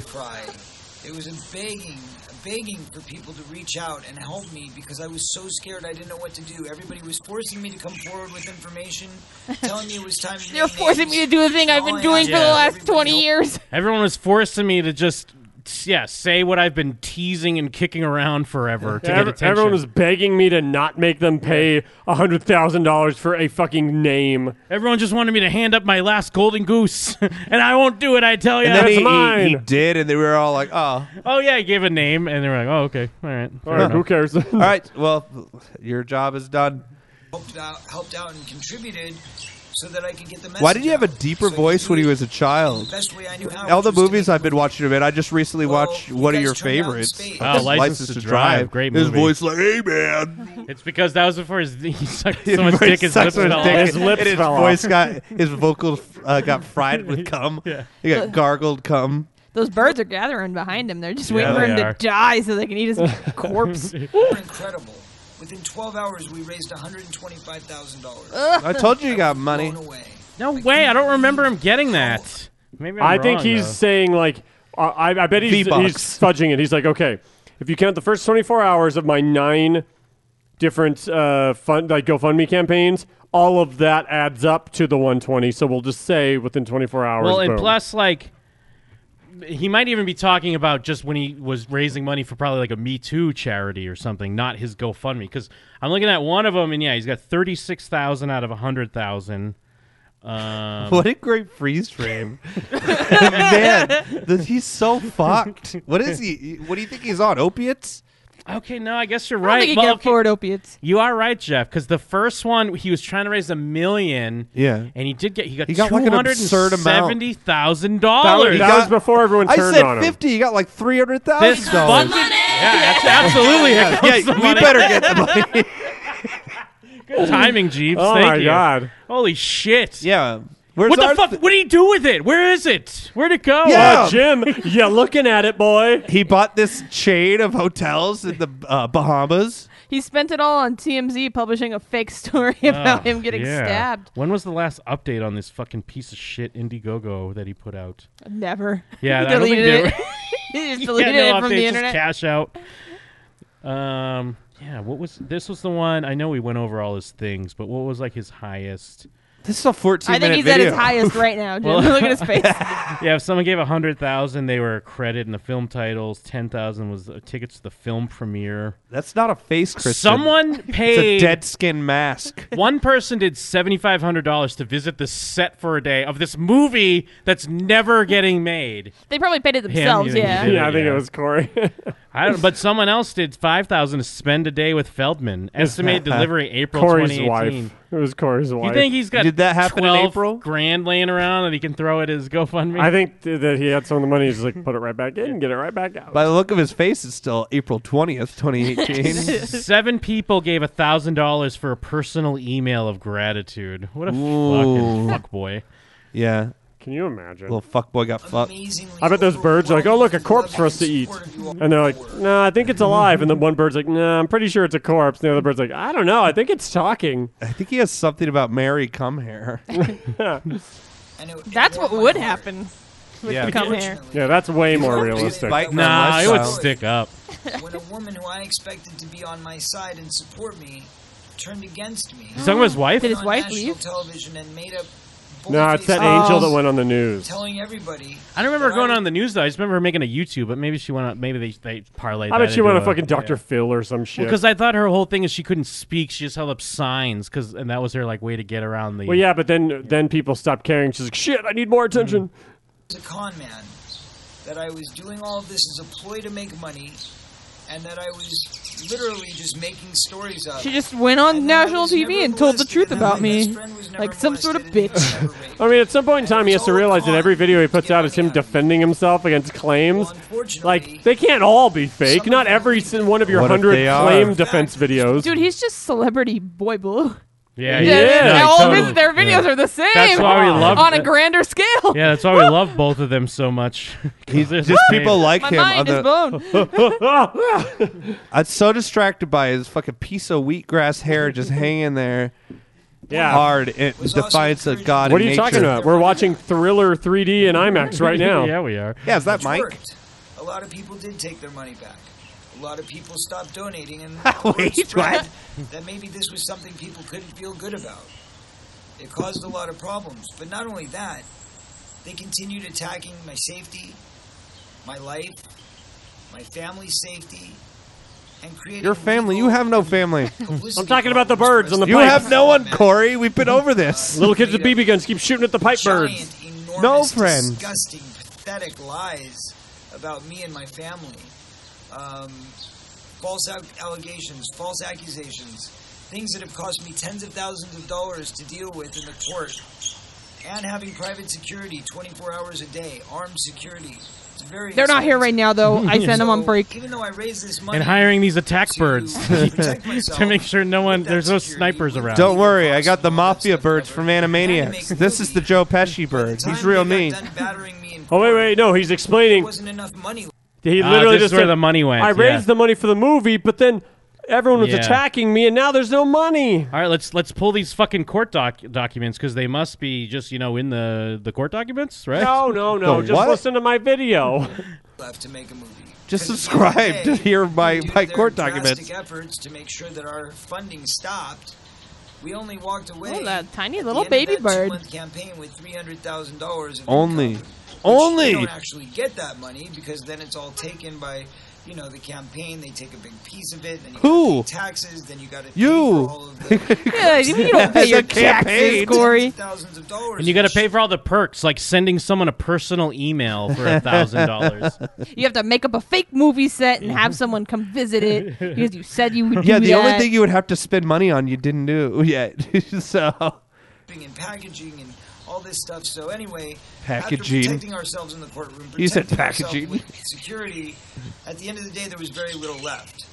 S19: cry. It was a begging, a begging for people to reach out and help me because I was so scared I didn't know what to do. Everybody was forcing me to come forward with information, telling me it was time to.
S13: You're forcing me to do a thing I've been doing for the
S10: Yeah.
S13: last 20 years.
S10: Everyone was forcing me to just yeah say what I've been teasing and kicking around forever to
S12: Yeah,
S10: get
S12: ev-
S10: attention.
S12: everyone was begging me to not make them pay hundred thousand dollars for a fucking name.
S10: Everyone just wanted me to hand up my last golden goose, and I won't do it. I tell you,
S11: And then he, he, he did, and they were all like, oh.
S10: oh yeah, I gave a name, and they were like, oh okay, all right, fair
S11: All right,
S10: enough.
S11: who cares? all right, well, your job is done.
S19: Helped out, helped out and contributed so that I could get the message.
S11: Why did you have a
S19: out.
S11: deeper voice when you was a child?
S19: Best way I knew how,
S11: All the
S19: which was to
S11: movies I've been watching, man. I just recently watched one of
S19: guys
S11: your
S19: turned out
S11: favorites,
S19: spades.
S10: Wow, Oh, License to Drive, great
S11: His
S10: movie.
S11: voice like, "Hey man."
S10: It's because that was before his he sucked
S11: His
S10: so much
S11: voice
S10: dick his
S11: sucked
S10: lips
S11: so much
S10: fell off.
S11: dick, and his voice got his vocals uh, got fried with cum. Yeah, he got gargled cum.
S13: Those birds are gathering behind him. They're just
S11: Yeah,
S13: waiting for
S11: they
S13: him
S11: are.
S13: to die so they can eat his corpse.
S19: Were incredible. Within 12 hours, we raised 125,000 dollars.
S11: I told you you got money.
S10: No way, I don't remember him getting that. Maybe I'm
S12: I think
S10: wrong,
S12: he's
S10: though.
S12: saying like I, I I bet he's,
S11: V-Bucks.
S12: he's fudging it. He's like, okay, if you count the first 24 hours of my nine different uh, fund, like GoFundMe campaigns, all of that adds up to the 120. So we'll just say within 24 hours.
S10: Well, and
S12: boom.
S10: plus, like, he might even be talking about just when he was raising money for probably like a Me Too charity or something, not his GoFundMe. Because I'm looking at one of them, and yeah, he's got thirty six thousand out of a hundred thousand. Um,
S11: what a great freeze frame, man! th- he's so fucked. What is he? What do you think he's on? Opiates?
S10: Okay, no, I guess you're
S13: I don't
S10: right.
S13: think he
S10: Well,
S13: can
S10: okay,
S13: afford opiates.
S10: You are right, Jeff. Because the first one, he was trying to raise a million.
S11: Yeah.
S10: and he did get. He got,
S11: He got, like, an absurd amount.
S10: seventy thousand
S11: He
S10: dollars.
S11: got- I said
S10: him.
S11: fifty. You got like three hundred thousand
S10: This fucking
S11: dollars.
S10: yeah, abs- absolutely. Here
S11: Yeah,
S10: comes
S11: yeah,
S10: the
S11: we
S10: money.
S11: better get the money.
S10: Good timing, Jeeves.
S11: Oh
S10: Thank
S11: my
S10: you.
S11: God.
S10: Holy shit!
S11: Yeah.
S10: what the fuck? what do you do with it? Where is it? Where'd it go?
S11: Yeah.
S10: Uh, Jim-
S12: you're looking at it, boy.
S11: He bought this chain of hotels in the uh, Bahamas.
S13: He spent it all on TMZ publishing a fake story about
S10: Oh,
S13: him getting
S10: yeah.
S13: stabbed.
S10: When was the last update on this fucking piece of shit Indiegogo that he put out?
S13: Never.
S10: Yeah,
S13: He
S10: I don't think
S13: deleted
S10: they
S13: it.
S10: were-
S13: he just
S10: Yeah,
S13: deleted
S10: no
S13: it from the
S10: update, just
S13: internet.
S10: cash out. Um. Yeah. What was this? Was the one? I know we went over all his things, but what was like his highest?
S11: This is a fourteen.
S13: I think he's at his highest right now. Jim. Look at his face.
S10: yeah, if someone gave a hundred thousand, they were a credit in the film titles. Ten thousand was uh, tickets to the film premiere.
S11: That's not a face, Kristen.
S10: Someone paid
S11: It's a dead skin mask.
S10: One person did seventy five hundred dollars to visit the set for a day of this movie that's never getting made.
S13: They probably paid it
S10: Him,
S13: themselves.
S10: you think he
S13: yeah.
S10: did
S12: Yeah, I think it was Corey.
S10: I don't. But someone else did five thousand to spend a day with Feldman. Estimated delivery April
S12: Corey's
S10: 2018.
S12: wife. It was Corey's wife.
S10: You think he's got
S11: Did that happen in
S10: 12
S11: April?
S10: Grand laying around that he can throw at his GoFundMe.
S12: I think th- that he had some of the money. He's like, put it right back in, and get it right back out.
S11: By the look of his face, it's still April twentieth, twenty eighteen.
S10: Seven people gave a thousand dollars for a personal email of gratitude. What a
S11: Ooh.
S10: fucking fuck boy.
S11: yeah.
S12: Can you imagine?
S11: Little fuckboy got fucked.
S12: I bet those birds are like, oh look, a corpse for us to eat, and they're like, no, nah, I think it's alive. And then one bird's like, no, nah, I'm pretty sure it's a corpse. And the other bird's like, I don't know, I think it's talking.
S11: I think he has something about Mary come here.
S13: That's what would happen with
S12: Yeah.
S13: the cum hair.
S12: Yeah, that's way more
S11: He's
S12: realistic.
S11: biting on Nah, it would lifestyle. stick
S10: up.
S19: when a woman who I expected to be on my side and support me turned against me.
S10: He's talking about his wife? Did his
S19: On
S10: wife
S19: national
S10: leave?
S19: television and made up
S12: No, it's that
S19: bold-faced
S12: angel that
S19: lies
S12: went on the news.
S19: Telling everybody.
S10: I don't remember her going on the news though. I just remember her making a YouTube, but maybe she went on. Maybe they they parlayed.
S12: I bet
S10: that
S12: she went
S10: into
S12: on fucking
S10: a-
S12: Dr.
S10: yeah.
S12: Phil or some shit.
S10: Because I thought her whole thing is she couldn't speak. She just held up signs, cause, and that was her like way to get around the.
S12: well, yeah, but then then people stopped caring. She's like, shit, I need more attention.
S19: was a con man. That I was doing all of this as a ploy to make money, and that I was literally just making stories up.
S13: She just went on national TV and told the truth about me, like some sort of bitch.
S12: I mean, at some point in time, he has to realize that every video he puts out is him defending himself against claims. Like, they can't all be fake. Not every sin- one of your
S11: What if
S12: hundred
S11: they are?
S12: claim defense videos.
S13: Dude, he's just celebrity boy blue.
S10: Yeah,
S12: he
S13: yeah,
S12: is.
S13: and
S12: Yeah,
S13: all of
S10: totally.
S13: his, their videos
S10: Yeah.
S13: are the same.
S10: That's why we love
S13: on a
S10: that.
S13: grander scale.
S10: Yeah, that's why we love both of them so much. He's
S11: just people like
S13: My
S11: him.
S13: mind
S11: on
S13: is
S11: the-
S13: blown.
S11: I'm so distracted by his fucking piece of wheatgrass hair just hanging there.
S12: Yeah.
S11: Hard in defiance of God.
S12: What are
S11: and
S12: you talking
S11: nature.
S12: about? We're watching Thriller 3D in IMAX right now.
S10: Yeah, we are.
S11: Yeah, is that
S19: Which
S11: Mike?
S19: worked. A lot of people did take their money back. A lot of people stopped donating, and
S11: Wait,
S19: spread
S11: what?
S19: that maybe this was something people couldn't feel good about. It caused a lot of problems, but not only that, they continued attacking my safety, my life, my family's safety, and creating
S11: Your family. You have no family.
S12: I'm talking about the birds on the
S11: You
S12: pipe.
S11: have no one, Corey. We've been over this.
S12: Little kids with BB guns keep shooting at the pipe birds.
S11: No
S19: enormous,
S11: friends.
S19: disgusting, pathetic lies about me and my family. Um, false al- allegations, false accusations, things that have cost me tens of thousands of dollars to deal with in the court, and having private security 24 hours a day, armed security. It's very.
S13: They're not here right now, though. I sent them on
S19: So,
S13: break.
S19: Even though I raised this money,
S10: and hiring these attack birds
S19: protect
S10: to make sure no one there's no snipers around.
S11: Don't worry, I got the mafia birds from Animaniacs. This is the Joe Pesci bird. He's real mean.
S12: Oh, wait, wait. No, he's explaining.
S19: wasn't enough money.
S12: He
S10: Ah,
S13: Uh,
S12: literally
S10: this
S12: just
S10: is where
S12: said,
S10: the money went,
S12: I
S10: yeah.
S12: raised the money for the movie, but then Everyone was
S10: Yeah.
S12: attacking me, and now there's no money.
S10: All right, let's let's pull these fucking court doc- documents because they must be just you know in the the court documents, right?
S12: No, no, no. just listen to my video.
S19: left to make a movie.
S11: Just subscribe to hear my,
S19: Due to
S11: my
S19: their
S11: court
S19: drastic
S11: documents.
S19: efforts to make sure that our funding stopped. We only walked away.
S13: Oh, that tiny
S19: at the
S13: little
S19: end of
S13: baby
S19: that two-month
S13: bird.
S19: Campaign with three hundred thousand dollars.
S11: Only.
S19: We
S11: Only.
S19: don't actually get that money because then it's all taken by, you know, the campaign. They take a big piece of it. Then you
S11: Who?
S19: gotta pay taxes. Then you got to.
S11: You.
S13: yeah, you don't pay
S11: As a
S13: your
S11: campaign.
S13: taxes, Corey.
S10: And you got to pay for all the perks, like sending someone a personal email for a thousand dollars.
S13: You have to make up a fake movie set and have someone come visit it because you said you would.
S11: Yeah,
S13: do
S11: the only
S13: that.
S11: thing you would have to spend money on you didn't do yet. so
S19: shipping and packaging and all this stuff. So anyway,
S11: Packaging.
S19: after protecting ourselves in the courtroom,
S11: You said
S19: protecting ourselves
S11: packaging.
S19: with security. At the end of the day, there was very little left,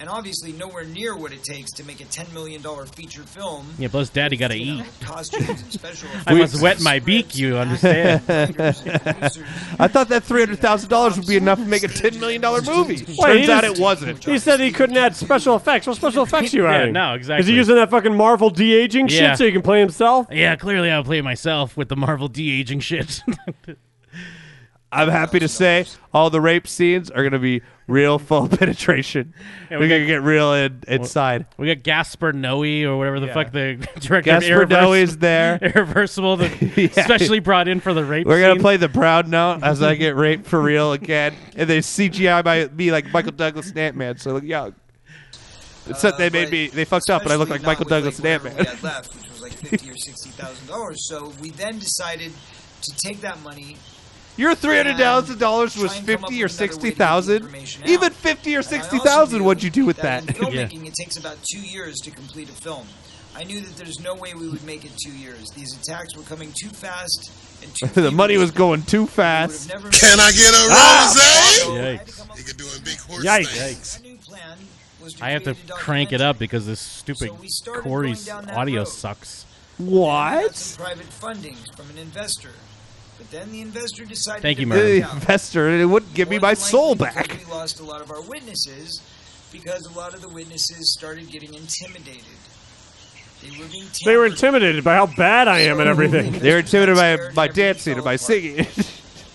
S19: and obviously nowhere near what it takes to make a ten million dollar feature film.
S10: Yeah, plus daddy got to eat.
S19: Costumes and special
S10: I must wet my beak. You understand?
S11: I thought that three hundred thousand dollars would be enough to make a ten million dollar movie.
S12: Wait, he
S11: Turns out
S12: just-
S11: it wasn't.
S12: He said he couldn't add special effects. What special effects you
S10: Yeah,
S12: adding?
S10: no,
S12: Is
S10: exactly.
S12: he using that fucking Marvel de aging
S10: Yeah.
S12: shit so he can play himself?
S10: yeah, clearly I'll play myself with the Marvel de aging shit.
S11: I'm happy to say all the rape scenes are gonna be real full penetration.
S10: Yeah, we
S11: We're gonna
S10: got-
S11: get real in, inside.
S10: we got Gaspar Noe or whatever the
S11: Yeah.
S10: fuck the director of
S11: Gaspar Noe is
S10: Irreversible-
S11: there.
S10: Irreversible, the,
S11: Yeah.
S10: especially brought in for the rape.
S11: We're gonna
S10: scene.
S11: play the proud note as I get raped for real again, and they CGI by me like Michael Douglas and Ant Man. So yeah, except they made me they fucked up, and I look like Michael Douglas and Ant
S19: we
S11: Man.
S19: had left, which was Uh, like fifty or sixty thousand dollars. So we then decided to take that money.
S11: Your three hundred thousand dollars was
S19: and come up
S11: fifty or
S19: with another way to
S11: sixty thousand, even fifty or sixty thousand. What'd you do with that?
S19: In filmmaking, it takes about two years to complete a film. I knew that there's no way we would make it two years. These attacks were coming too fast and too.
S11: the money was going too fast.
S19: Can I get a Ah!
S8: Yikes. You could do a big horse
S10: Yikes. I have to crank it up because this stupid Corey's audio sucks.
S19: Got some private funding from an investor, but then the investor decided.
S10: Thank
S19: to
S10: you,
S19: back
S10: Murray.
S19: out.
S11: Investor, and it wouldn't give me my soul back.
S19: We lost a lot of our witnesses because a lot of the witnesses started getting intimidated. They were being
S12: They were intimidated by how bad I am and everything.
S11: They were intimidated by my dancing and my singing.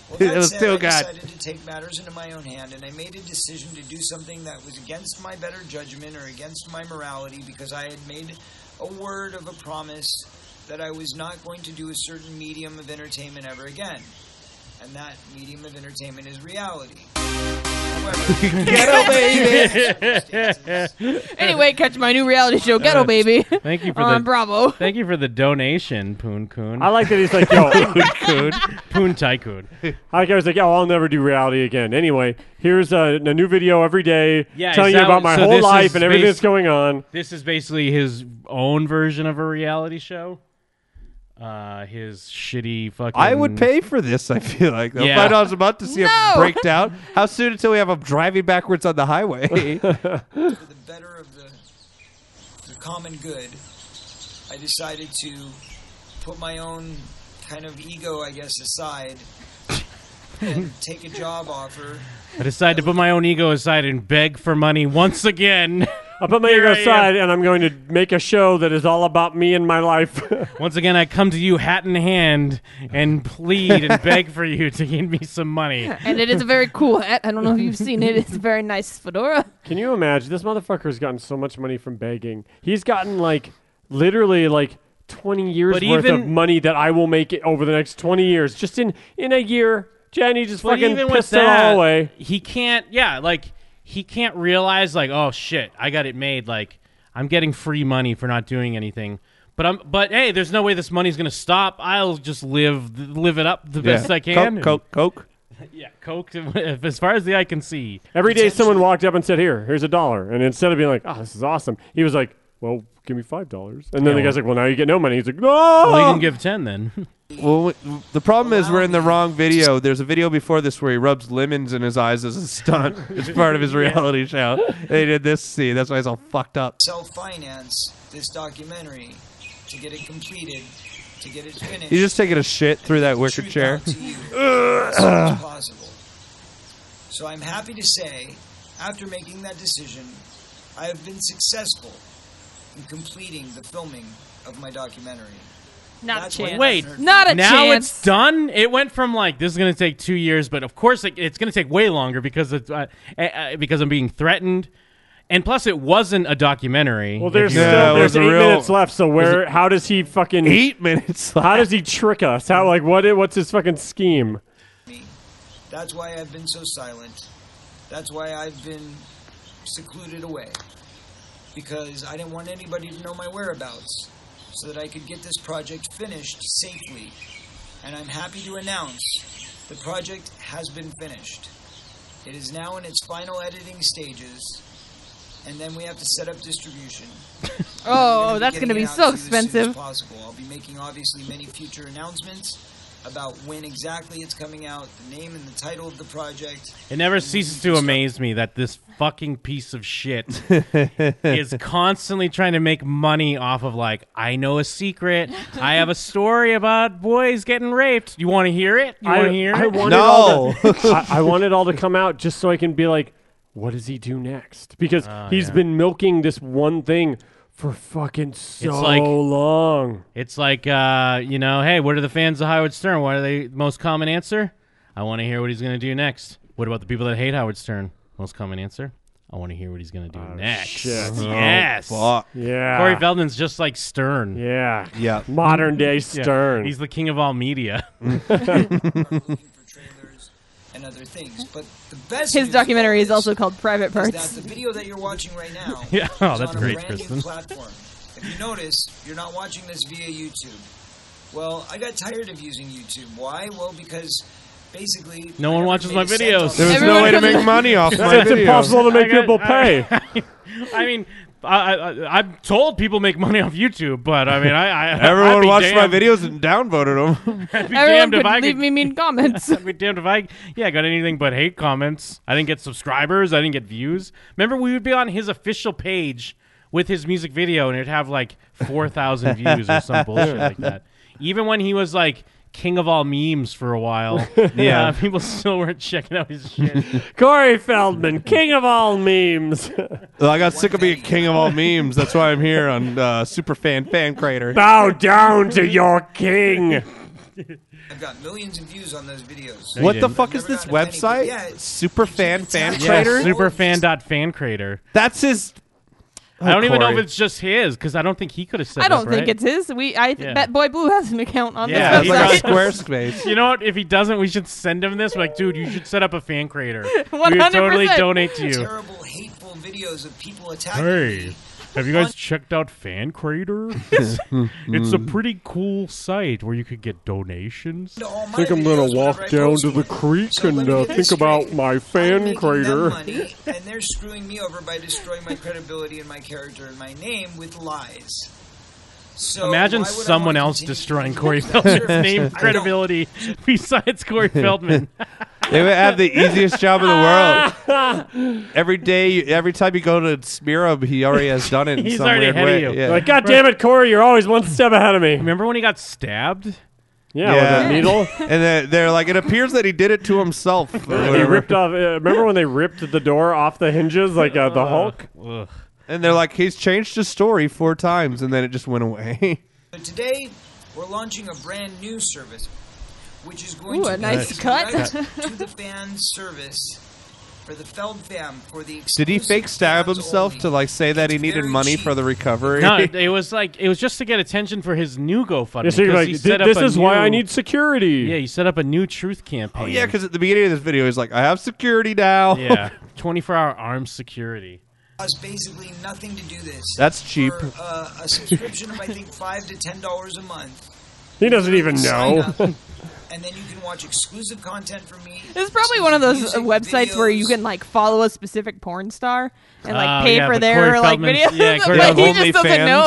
S19: Well, that
S11: it was
S19: said,
S11: still
S19: I
S11: God.
S19: decided to take matters into my own hand, and I made a decision to do something that was against my better judgment or against my morality because I had made a word of a promise that I was not going to do a certain medium of entertainment ever again. And that medium of entertainment is reality. However,
S11: Ghetto
S10: baby.
S13: anyway, catch my new reality show, Ghetto
S10: Uh,
S13: Baby.
S10: Thank you for
S13: on
S10: the
S13: Bravo.
S10: Thank you for the donation, Poon Coon.
S12: I like that he's like, yo,
S10: Poon Coon, Poon Tycoon.
S12: I like I was like, oh, I'll never do reality again. Anyway, here's a, a new video every day
S10: Yeah,
S12: telling
S10: is
S12: you
S10: that-
S12: about my
S10: so
S12: whole
S10: this
S12: life
S10: is
S12: and everything
S10: basi-
S12: that's going on.
S10: This is basically his own version of a reality show. Uh, his shitty fucking.
S11: I would pay for this. I feel like I'll
S10: Yeah.
S11: find out about to see
S10: No!
S11: him break down. How soon until we have him driving backwards on the highway?
S19: for the better of the, the common good, I decided to put my own kind of ego, I guess, aside and take a job offer.
S10: I decided to put my own ego aside and beg for money once again.
S12: I put my
S10: Here
S12: ego
S10: I am.
S12: aside and I'm going to make a show that is all about me and my life.
S10: Once again, I come to you hat in hand and plead and beg for you to give me some money.
S13: And it is a very cool hat. I don't know if you've seen it. It's a very nice fedora.
S12: Can you imagine? This motherfucker's gotten so much money from begging. He's gotten like literally like 20 years
S10: But
S12: worth of
S10: even-
S12: money that I will make it over the next 20 years. Just in in a year, Jenny just
S10: But
S12: fucking
S10: even with
S12: pissed it all
S10: that,
S12: away.
S10: he can't. Yeah, like he can't realize like, oh shit, I got it made. Like I'm getting free money for not doing anything. But I'm. But hey, there's no way this money's gonna stop. I'll just live live it up the best I can.
S11: Coke, Coke,
S10: Yeah, Coke. As far as the eye can see.
S12: Every day someone walked up and said, "Here, here's a dollar." And instead of being like, "Oh, this is awesome." He was like, "Well, give me $5." And then
S10: Yeah,
S12: the
S10: well-
S12: guy's like, "Well, now you get no money." He's like, "No!"
S10: Well, you can give ten then.
S11: Well, w- the problem is we're in the wrong video. There's a video before this where he rubs lemons in his eyes as a stunt. It's part of his reality show. They did this scene. That's why he's all fucked up.
S19: Self finance this documentary to get it completed, to get it finished.
S11: He's just taking a shit through that wicker chair.
S19: to you as soon as possible. So I'm happy to say, after making that decision, I have been successful in completing the filming of my documentary.
S13: Not
S19: That's why
S13: chance.
S10: Wait,
S13: not a
S10: now
S13: chance.
S10: it's done. It went from like this is going to take two years, but of course it, it's going to take way longer because it's uh, uh, uh, because I'm being threatened, and plus it wasn't a documentary.
S12: Well, there's still there's eight minutes left. So where? how does he fucking
S10: Eight
S11: minutes?
S12: How does he trick us? How like what? i- What's his fucking scheme?
S19: That's why I've been so silent. That's why I've been secluded away. Because I didn't want anybody to know my whereabouts so that I could get this project finished safely. And I'm happy to announce the project has been finished. It is now in its final editing stages, and then we have to set up distribution.
S13: Oh,
S19: I'm
S13: that's
S19: getting
S13: gonna be
S19: it out
S13: so
S19: to you as soon as
S13: expensive.
S19: possible. I'll be making obviously many future announcements about when exactly it's coming out, the name and the title of the project.
S10: It never ceases to amaze me that this fucking piece of shit is constantly trying to make money off of like I know a secret. I have a story about boys getting raped. You want to hear it? You want to hear it?
S12: wanted all to- I, I want it all to come out just so I can be like, what does he do next? Because
S10: Oh,
S12: he's
S10: yeah.
S12: been milking this one thing for fucking so long.
S10: It's like uh, you know, hey, what are the fans of Howard Stern? What are they most common answer? I want to hear what he's going to do next. What about the people that hate Howard Stern? Most common answer. I want to hear what he's going to do next.
S12: shit. Oh,
S10: Yes.
S12: fuck. Yeah.
S10: Corey Feldman's just like Stern.
S12: Yeah.
S11: Yeah.
S12: Modern day
S10: Yeah.
S12: Stern.
S10: He's the king of all media.
S19: and other things. But the best
S13: His
S19: news of all
S13: documentary is
S19: this
S13: also called Private
S19: is
S13: Parts.
S19: that the video that you're watching right now
S10: Yeah. Oh,
S19: is
S10: that's
S19: on a
S10: great,
S19: brand
S10: Kristen.
S19: new platform. If you notice, you're not watching this via YouTube. Well, I got tired of using YouTube. Why? Well, because basically
S10: No one watches my videos.
S11: There was no Everyone way to comes- make money off
S10: It's
S11: my videos.
S10: I got- I, I mean, I, I, I'm told people make money off YouTube, but I mean, I, I I'd
S11: Everyone
S10: be
S11: watched
S10: damned.
S11: my videos and downvoted them.
S10: I'd be
S13: Everyone
S10: damned if
S13: could
S10: I
S13: leave
S10: could,
S13: me mean comments.
S10: I'd be damned if I yeah got anything but hate comments. I didn't get subscribers. I didn't get views. Remember, we would be on his official page with his music video, and it'd have like four thousand views or some bullshit like that. Even when he was like king of all memes for a while,
S11: Yeah.
S10: uh, people still weren't checking out his shit.
S12: Corey Feldman, king of all memes.
S11: Well, I got sick of being king of all memes. That's why I'm here on uh, Superfan Fan Crater.
S12: Bow down to your king.
S19: I've got millions of views on those videos.
S11: What the fuck is this website?
S19: Yeah,
S11: Superfan Fan
S10: Yeah,
S11: Crater?
S10: superfan.fancrater.
S11: That's his.
S10: I don't even know if
S11: Corey.
S10: it's just his because I don't think he could have said.
S13: I don't think it's his. We I
S10: Yeah.
S13: Bet Boy Blue has an account on
S10: Yeah,
S13: this
S10: he
S13: website.
S10: does.
S11: Squarespace.
S10: You know what? If he doesn't, we should send him this. We're like, dude, you should set up a fan creator. We would totally
S13: 100%.
S10: donate to you.
S19: Terrible, hateful videos of people attacking.
S10: Hey, have you guys checked out Fan Creator? it's, it's a pretty cool site where you could get donations.
S12: think I'm gonna walk down to the creek and uh, think about my fan crater.
S19: money, and they're screwing me over by destroying my credibility and my character and my name with lies. So
S10: Imagine
S19: why would I
S10: someone
S19: wanna
S10: else
S19: continue
S10: destroying
S19: to
S10: Corey
S19: do that?
S10: Feldman's
S19: Sure. I
S10: name
S19: don't.
S10: credibility besides Corey Feldman.
S11: They would have the easiest job in the world. Every day, every time you go to smear him, he already has done it in
S10: He's
S11: some
S10: already
S11: weird
S10: ahead of
S11: way.
S10: you.
S11: Yeah.
S12: Like, God damn it, Corey, you're always one step ahead of me.
S10: Remember when he got stabbed?
S12: Yeah, with a needle.
S11: and they're, they're like, it appears that he did it to himself. or
S12: he
S11: whatever.
S12: ripped off. Uh, remember when they ripped the door off the hinges like uh, the Hulk?
S11: And they're like, he's changed his story four times, and then it just went away.
S19: But today, we're launching a brand new service, which is going
S13: Ooh,
S19: to
S13: a
S19: be
S13: nice
S19: direct
S13: cut.
S19: to the fan service for the Feld fam for the
S11: Did he fake stab himself to like say that he needed money for the recovery?
S10: No, it was like it was just to get attention for his new GoFundMe.
S11: Yeah, so you're
S10: 'cause
S11: like,
S10: he
S11: "Th-
S10: set up
S11: this
S10: a
S11: is why I
S10: new-
S11: need security."
S10: Yeah, he set up a new truth campaign.
S11: Oh, yeah, because at the beginning of this video, he's like, I have security now.
S10: yeah, 24 hour armed security.
S19: cost basically nothing to do this.
S11: That's cheap.
S19: For, uh, a subscription of I think five to ten dollars a month,
S12: He doesn't even
S19: Sign
S12: know.
S19: up, and then you can watch exclusive content from me.
S13: This is probably one of those uh, websites where you can like follow a specific porn star and like
S10: Oh,
S13: pay
S10: yeah,
S13: for
S10: the
S13: their
S10: Corey
S13: like
S10: Feldman's-
S13: videos.
S10: yeah, Corey
S13: but he
S10: Feldman's
S13: just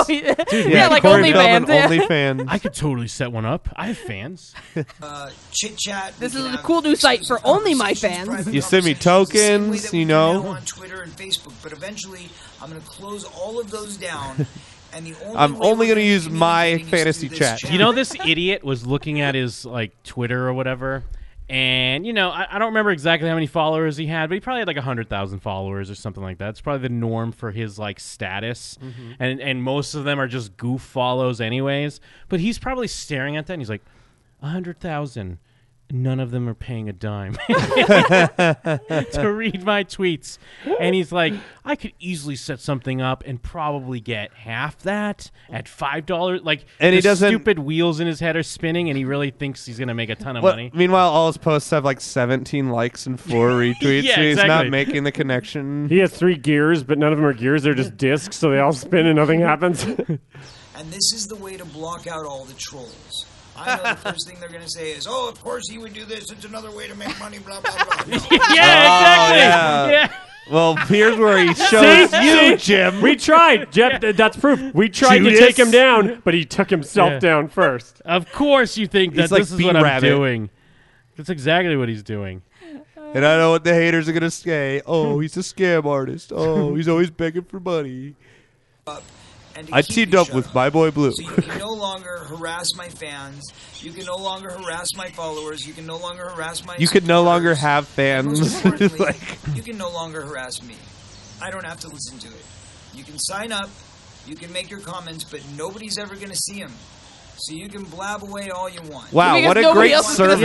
S13: doesn't know.
S10: Dude,
S13: yeah, like
S10: Corey
S13: OnlyFans.
S10: Feldman,
S13: Yeah.
S11: OnlyFans.
S10: I could totally set one up. I have fans.
S19: uh, chit chat.
S13: This is a cool new site for only my fans.
S11: You send me tokens, you know.
S19: on Twitter and Facebook, but eventually I'm going to close all of those down. and the only
S11: I'm
S19: way
S11: only
S19: we're
S11: going to use my fantasy
S19: this
S11: chat.
S10: You know, this idiot was looking at his like Twitter or whatever, And, you know, I, I don't remember exactly how many followers he had, but he probably had like 100,000 followers or something like that. It's probably the norm for his, like, status.
S11: Mm-hmm.
S20: Mhm.
S10: And, and most of them are just goof follows, anyways. But he's probably staring at that and he's like, 100,000. None of them are paying a dime to read my tweets. And he's like, I could easily set something up and probably get half that at $5. Like,
S11: And he
S10: the
S11: doesn't-
S10: stupid wheels in his head are spinning, and he really thinks he's going to make a ton of
S11: Well,
S10: money.
S11: meanwhile, all his posts have like 17 likes and four retweets.
S10: Yeah,
S11: so he's
S10: exactly.
S11: not making the connection.
S12: He has three gears, but none of them are gears. They're just discs, so they all spin and nothing happens.
S19: And this is the way to block out all the trolls. I know the first thing they're going to say is, oh, of course he would do this. It's another way to make money, blah, blah, blah. No.
S11: Oh, yeah. Well, here's where he shows
S12: See?
S11: you,
S12: See?
S11: Jim.
S12: We tried. Jeff, th- that's proof. We tried
S11: Judas.
S12: to take him down, but he took himself
S10: Yeah.
S12: down first.
S10: Of course, you think
S11: He's
S10: that
S11: like
S10: this is what
S11: B-Rabbit.
S10: I'm doing. That's exactly what he's doing.
S11: And I know what the haters are gonna say. Oh, he's a scam artist. Oh, he's always begging for money. I teamed up with my boy Blue.
S19: So you can no longer harass my fans. You can no longer harass my followers. You can no longer harass my.
S11: you could no longer have fans. like,
S19: You can no longer harass me. I don't have to listen to it. You can sign up. You can make your comments, but nobody's ever going to see them. So you can blab away all you want.
S11: wow, what a great service!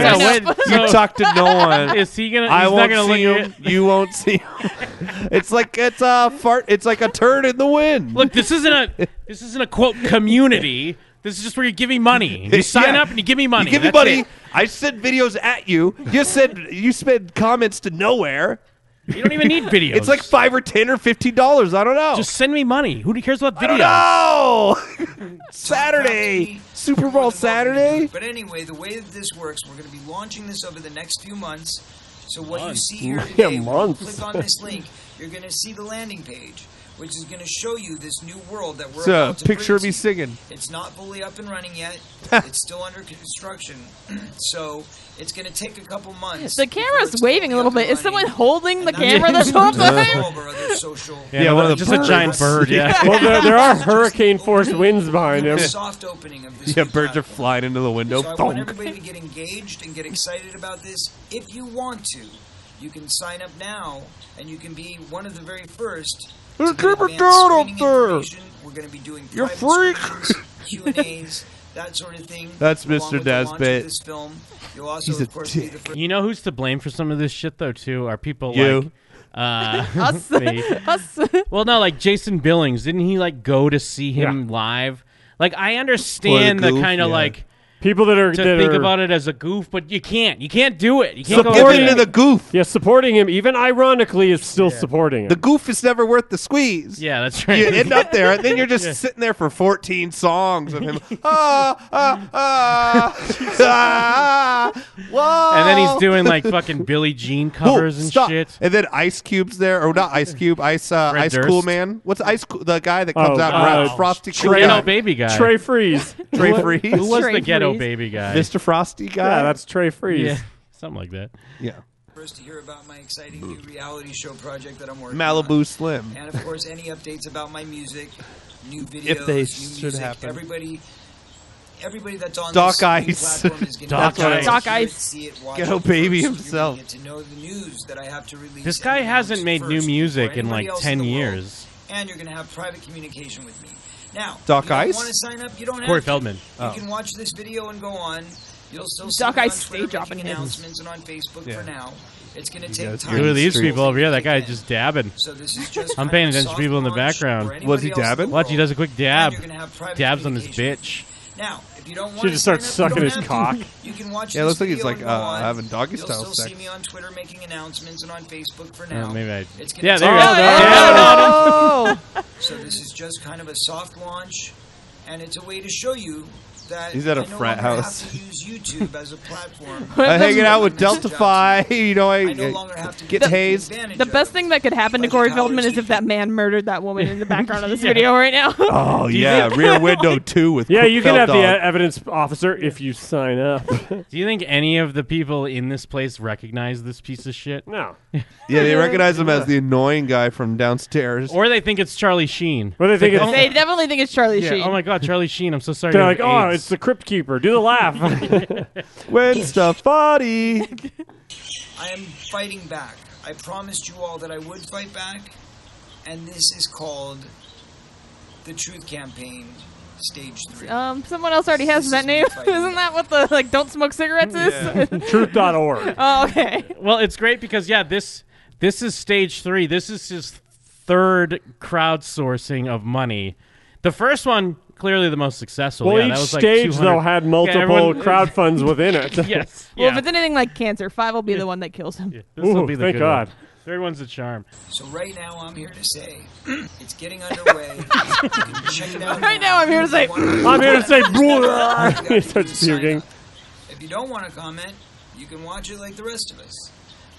S11: you talk to no one.
S10: Is he gonna-
S11: Uh, I
S10: he's not
S11: won't
S10: gonna
S11: see
S10: look
S11: him. You won't see him. it's like it's a fart. It's like a turd in the wind.
S10: Look, this isn't a this isn't a quote community. This is just where you give me money. You sign
S11: Yeah.
S10: up and you give me
S11: You
S10: money.
S11: give me
S10: That's
S11: money.
S10: it.
S11: I send videos at you. You send you send comments to nowhere.
S10: You don't even need videos.
S11: It's like five or ten or fifteen dollars. I don't know.
S10: Just send me money. Who cares about
S11: videos? No. Saturday, Super Bowl Saturday.
S19: But anyway, the way that this works, we're going to be launching this over the next few months. So what you see here
S12: Yeah,
S19: today, when you
S12: months.
S19: click on this link, you're going to see the landing page, which is going to show you this new world that we're
S11: It's a
S19: about to
S11: picture
S19: bring
S11: of me
S19: to you.
S11: singing.
S19: It's not fully up and running yet. it's still under construction, so it's going to take a couple months.
S13: The camera's waving a little bit. Is someone holding the camera this whole time?
S10: Yeah, Yeah, one of the just a birds. giant bird, yeah.
S12: well, there, there are hurricane force winds behind him.
S19: Soft opening of this
S11: Yeah, birds are flying into the window.
S19: So I want
S11: Thunk.
S19: everybody to get engaged and get excited about this. If you want to, you can sign up now, and you can be one of the very first.
S11: There's
S19: to get
S11: Creeper
S19: advanced
S11: Dad up
S19: screening
S11: there.
S19: information. We're going to be doing
S11: You
S19: private
S11: freak.
S19: screenings, Q and A's, that sort of thing.
S11: That's
S19: along
S11: Mr.
S19: with the
S11: Dad's
S19: launch of
S11: bit.
S19: This film. You'll also,
S11: He's a
S19: of course, be the
S10: You know who's to blame for some of this shit though too? Are people like
S11: You.
S10: uh,
S13: Us.
S10: me.
S13: Us.
S10: Well, no, like Jason Billings, didn't he like go to see him live? Like I understand the
S12: goof,
S10: kind of
S12: yeah.
S10: like
S12: people that are
S10: to
S12: that
S10: think
S12: are-
S10: about it as a goof, but you can't. You can't do it. You can't go do it.
S11: goof.
S12: Yeah, supporting him, even ironically, is still supporting him.
S11: The goof is never worth the squeeze.
S10: Yeah, that's right.
S11: You end up there, and then you're just
S10: Yeah.
S11: sitting there for 14 songs of him. ah, ah, ah, ah, whoa.
S10: and then he's doing like fucking Billie Jean covers
S11: Whoa,
S10: and
S11: stop.
S10: shit.
S11: And then Ice Cube's there, or not Ice Cube, Ice uh,
S10: Fred
S11: Ice Cool
S10: Durst.
S11: Man. What's Ice Cool? The guy that comes
S10: Oh,
S11: out
S10: uh,
S11: and raps Frosty Cool
S10: Trey-
S11: guy.
S10: Ghetto Baby guy.
S12: Trey Freeze.
S11: Trey
S12: Who-
S11: Freeze.
S10: who was the Trey Ghetto Freeze. Baby guy?
S11: Mr. Frosty guy.
S12: Yeah, that's Trey Freeze.
S10: Yeah, something like that.
S11: Yeah.
S19: first to hear about my exciting new reality show project that I'm working on.
S11: Malibu Slim.
S19: And of course, any updates about my music, new videos,
S11: If they
S19: new
S11: should
S19: music,
S11: happen.
S19: everybody. Everybody that's on
S11: Doc
S19: this streaming
S11: Ice.
S19: platform is gonna
S11: Doc
S19: be able to
S11: Ice. Doc
S19: hear it,
S11: Ice.
S19: see it, watch
S11: Ghetto
S19: it
S11: Baby
S19: first. You're gonna
S11: himself.
S19: get to know the news that I have to release
S10: This guy
S19: and
S10: hasn't
S19: announce
S10: made new
S19: first
S10: music
S19: before
S10: in
S19: anybody
S10: like
S19: else in
S10: 10
S19: the world.
S10: years.
S19: and you're gonna have private communication with me. Now,
S10: Doc
S19: you don't
S10: Ice?
S19: Want to sign up? You don't
S10: Corey
S19: have to.
S10: Feldman.
S19: You
S10: Oh.
S19: can watch this video and go on. You'll still see
S13: Doc
S19: me on Twitter
S13: Ice stage
S19: making
S13: dropping hits.
S19: announcements and on Facebook
S11: Yeah.
S19: for now. It's gonna
S11: guys
S19: take
S11: are
S19: time.
S10: Who are these
S11: Street.
S10: people over here? That guy's just dabbing.
S19: So this is just
S10: I'm
S19: kind
S10: paying
S19: of a
S10: attention to people in the background.
S11: Was he else in the dabbing?
S10: Watch, he does a quick dab.
S19: And you're gonna have private
S10: Dabs on this bitch.
S19: Now, if you don't want
S11: Should've
S19: to
S11: started
S19: sign up,
S11: sucking
S19: you
S11: his
S19: don't have
S11: cock.
S19: To. You can watch
S11: Yeah, it
S19: this
S11: looks like he's
S19: video
S11: like,
S19: and go
S11: uh,
S19: on.
S11: having doggy
S19: You'll
S11: style
S19: still see
S11: sex.
S19: me on Twitter making announcements and on Facebook for
S10: Yeah,
S19: now.
S10: Uh, Oh, maybe I-
S19: It's gonna
S10: Yeah, there you
S19: take
S10: go.
S19: time.
S10: Dab on him.
S19: So this is just kind of a soft launch, and it's a way to show you that
S11: He's at
S19: a
S11: a frat house.
S19: use YouTube as a platform.
S11: I'm Uh, hanging out with Delta Phi. You know, I, get hazed.
S13: The best thing that could happen to Corey Feldman is if that man murdered that woman in the background of this video right now.
S11: Oh yeah, Rear Window Two with
S12: Yeah,
S11: Quick
S12: you can
S11: Fell
S12: have the
S11: Dog.
S12: uh, evidence officer if you sign up.
S10: Do you think any of the people in this place recognize this piece of shit?
S12: No.
S11: Yeah, they recognize him as the annoying guy from downstairs.
S10: Or they think it's Charlie Sheen.
S12: Or
S13: they definitely think it's Charlie
S10: Yeah,
S13: Sheen.
S10: Oh my god, Charlie Sheen! I'm so sorry.
S11: They're
S10: you
S11: like,
S10: have
S11: "Oh,
S12: it's the Crypt Keeper. Do the laugh.
S11: when Stefani.
S13: I am fighting back. I promised you all that I would fight back, and this is called the Truth Campaign Stage Three.
S20: Um, someone else already has that name. Isn't that what the like don't smoke cigarettes is?
S12: Truth.org.
S20: oh, okay.
S10: Well, it's great because yeah, this this is stage three. This is his third crowdsourcing of money. The first one clearly the most successful.
S12: Well,
S10: yeah,
S12: each
S10: that was like
S12: stage
S10: 200
S12: though had
S10: Yeah,
S12: multiple
S10: everyone-
S12: crowdfunds within it.
S10: yes.
S20: Well, if
S10: yeah.
S20: it's anything like cancer, five will be the one that kills him.
S10: This will be the
S12: thank
S10: good one.
S12: God.
S10: Third one's a charm.
S13: So right now I'm here to say it's getting underway. You can check it out
S20: Right now, I'm here to say-
S12: I'm here to say, "Bruh." he starts puking.
S13: If you don't want to comment, you can watch it like the rest of us.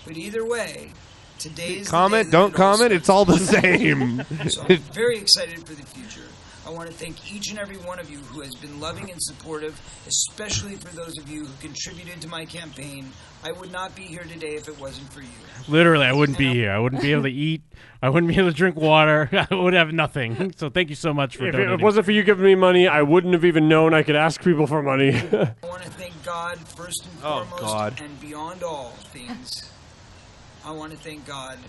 S13: But either way, today's
S11: Comment, don't comment, it's all the same.
S13: so I'm very excited for the future. I want to thank each and every one of you who has been loving and supportive, especially for those of you who contributed to my campaign. I would not be here today if it wasn't for you.
S10: Literally, I wouldn't be here. I wouldn't be able to eat. I wouldn't be able to drink water. I would have nothing. So thank you so much for
S12: If
S10: donating.
S12: it wasn't for you giving me money, I wouldn't have even known I could ask people for money.
S13: I want to thank God first and
S11: Oh,
S13: foremost,
S11: God.
S13: and beyond all things. I want to thank God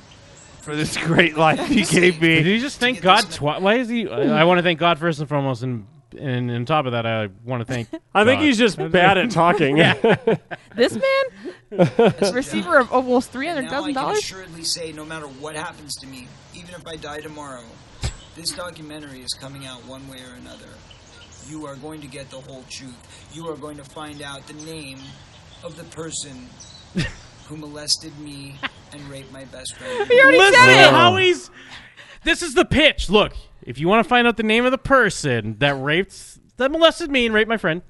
S11: For this great life he gave me.
S10: Did he just thank God twice? Why is he? I, I want to thank God first and foremost, and and on top of that, I want to thank.
S12: I think
S10: God.
S12: he's just bad at talking.
S10: yeah.
S20: This man, receiver of almost three hundred
S13: Now I
S20: thousand
S13: can
S20: dollars.
S13: assuredly say, no matter what happens to me, even if I die tomorrow, this documentary is coming out one way or another. You are going to get the whole truth. You are going to find out the name of the person who molested me and raped my best friend.
S10: Listen to how he's. This is the pitch. Look, if you want to find out the name of the person that raped, that molested me and raped my friend,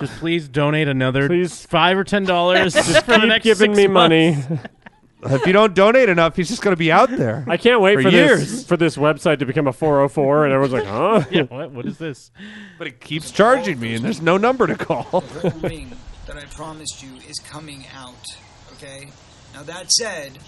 S10: just please donate another five or ten dollars
S12: Just
S10: for the
S12: keep
S10: next
S12: giving
S10: six
S12: me money.
S10: months.
S11: if you don't donate enough, he's just going to be out there.
S12: I can't wait for,
S11: For
S12: this
S11: years.
S12: for this website to become a 404, and everyone's like, huh?
S10: yeah, what, what is this?
S11: But it keeps charging me, and there's no number to call.
S13: The whole ring that I promised you is coming out. Okay. Now that said,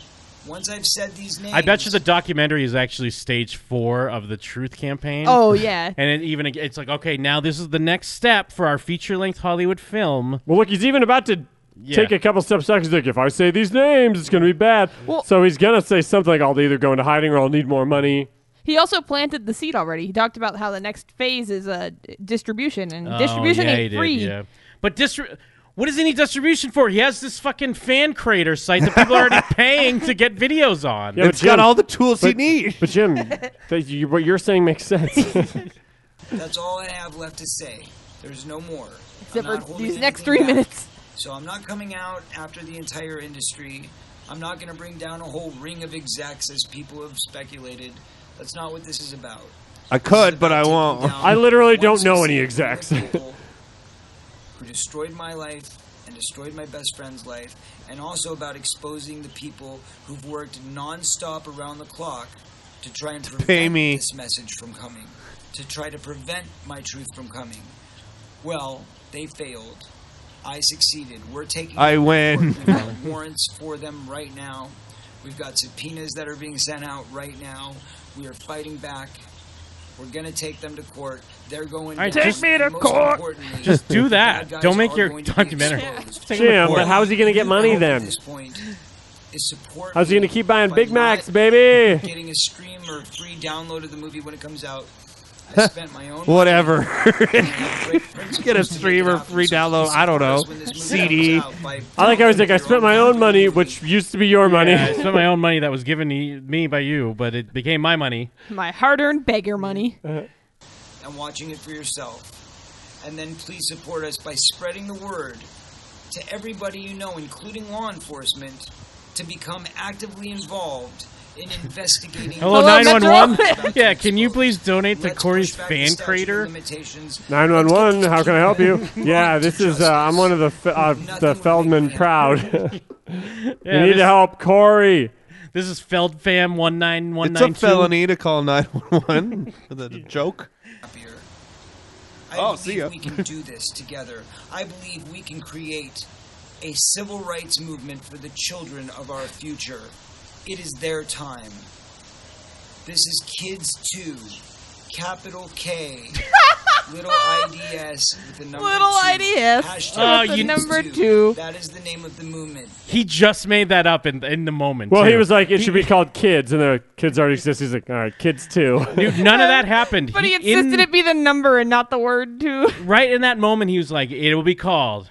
S13: once I've said these names,
S10: I bet you the documentary is actually stage four of the Truth Campaign.
S20: Oh, yeah.
S10: and it even it's like okay, now this is the next step for our feature-length Hollywood film.
S12: Well, look, he's even about to
S10: Yeah.
S12: take a couple steps back. He's like, if I say these names, it's going to be bad. so he's going to say something like, I'll either go into hiding or I'll need more money.
S20: He also planted the seed already. He talked about how the next phase is uh, d- distribution, and
S10: Oh,
S20: distribution
S10: yeah, he
S20: ain't
S10: did,
S20: free.
S10: yeah. But distri- what does he need distribution for? He has this fucking fan creator site that people are already paying to get videos on.
S12: Yeah, but Jim- but-
S10: But-
S12: But Jim, that you, what you're saying makes sense.
S13: That's all I have left to say. There's no more.
S20: Except
S13: I'm
S20: for
S13: not holding
S20: these next three
S13: anything back.
S20: minutes.
S13: So I'm not coming out after the entire industry. I'm not going to bring down a whole ring of execs as people have speculated. That's not what this is about.
S11: I could, but I won't.
S12: I literally don't know any execs.
S13: Who destroyed my life and destroyed my best friend's life, and also about exposing the people who've worked nonstop around the clock to try and prevent
S11: pay me.
S13: this message from coming, to try to prevent my truth from coming. Well, they failed. I succeeded. We're taking.
S11: I
S13: them to
S11: win.
S13: court. We've got warrants for them right now. We've got subpoenas that are being sent out right now. We are fighting back. We're gonna take them to court. They're going.
S10: All right,
S13: down.
S10: just- Take me to
S13: And most
S10: court.
S13: importantly,
S10: Just do
S13: the
S10: that.
S13: bad guys
S10: Don't make
S13: are
S10: your
S13: going to be
S10: documentary.
S13: exposed.
S10: Take
S12: Jim, but how is he going to get money then?
S13: At this point, is support
S12: How's he
S13: me
S12: going to keep buying
S13: by
S12: Big
S13: not
S12: Macs, baby?
S13: Getting a stream or free download of the movie when it comes out. I spent my own.
S11: Whatever. Get a
S13: Get
S11: streamer free download. I don't know. CD.
S12: I like. I was like, I spent my own money, which used to be your money.
S10: Yeah, I spent my own money that was given to me by you, but it became my money.
S20: My hard-earned beggar money.
S13: and watching it for yourself. And then please support us by spreading the word to everybody you know, including law enforcement, to become actively involved in investigating.
S10: Hello, 911. yeah, can you please donate to Corey's fan creator?
S12: Nine one one. How can I help you? Yeah, this is. Uh, I'm one of the Fe- uh, the Feldman proud.
S10: Yeah,
S12: you need
S10: this-
S12: to help, Corey.
S10: This is Feldfam one nine one
S11: It's a
S10: nine two.
S11: felony to call 911 with a joke.
S13: I believe we can do this together. I believe we can create a civil rights movement for the children of our future. It is their time. This is Kids 2, capital K,
S19: Little IDS with the number
S13: Little
S19: two.
S13: IDS
S19: Hashtag
S13: with the
S19: you-
S13: number two.
S19: That is the name of the movement.
S10: He just made that up in in the moment.
S12: Well, he
S10: too.
S12: was like, it should be called kids, and the kids already exist. He's like, all right, kids too.
S10: Dude, none of that happened.
S13: But he insisted
S10: in-
S13: it be the number and not the word too.
S10: right in that moment, he was like, "It will be called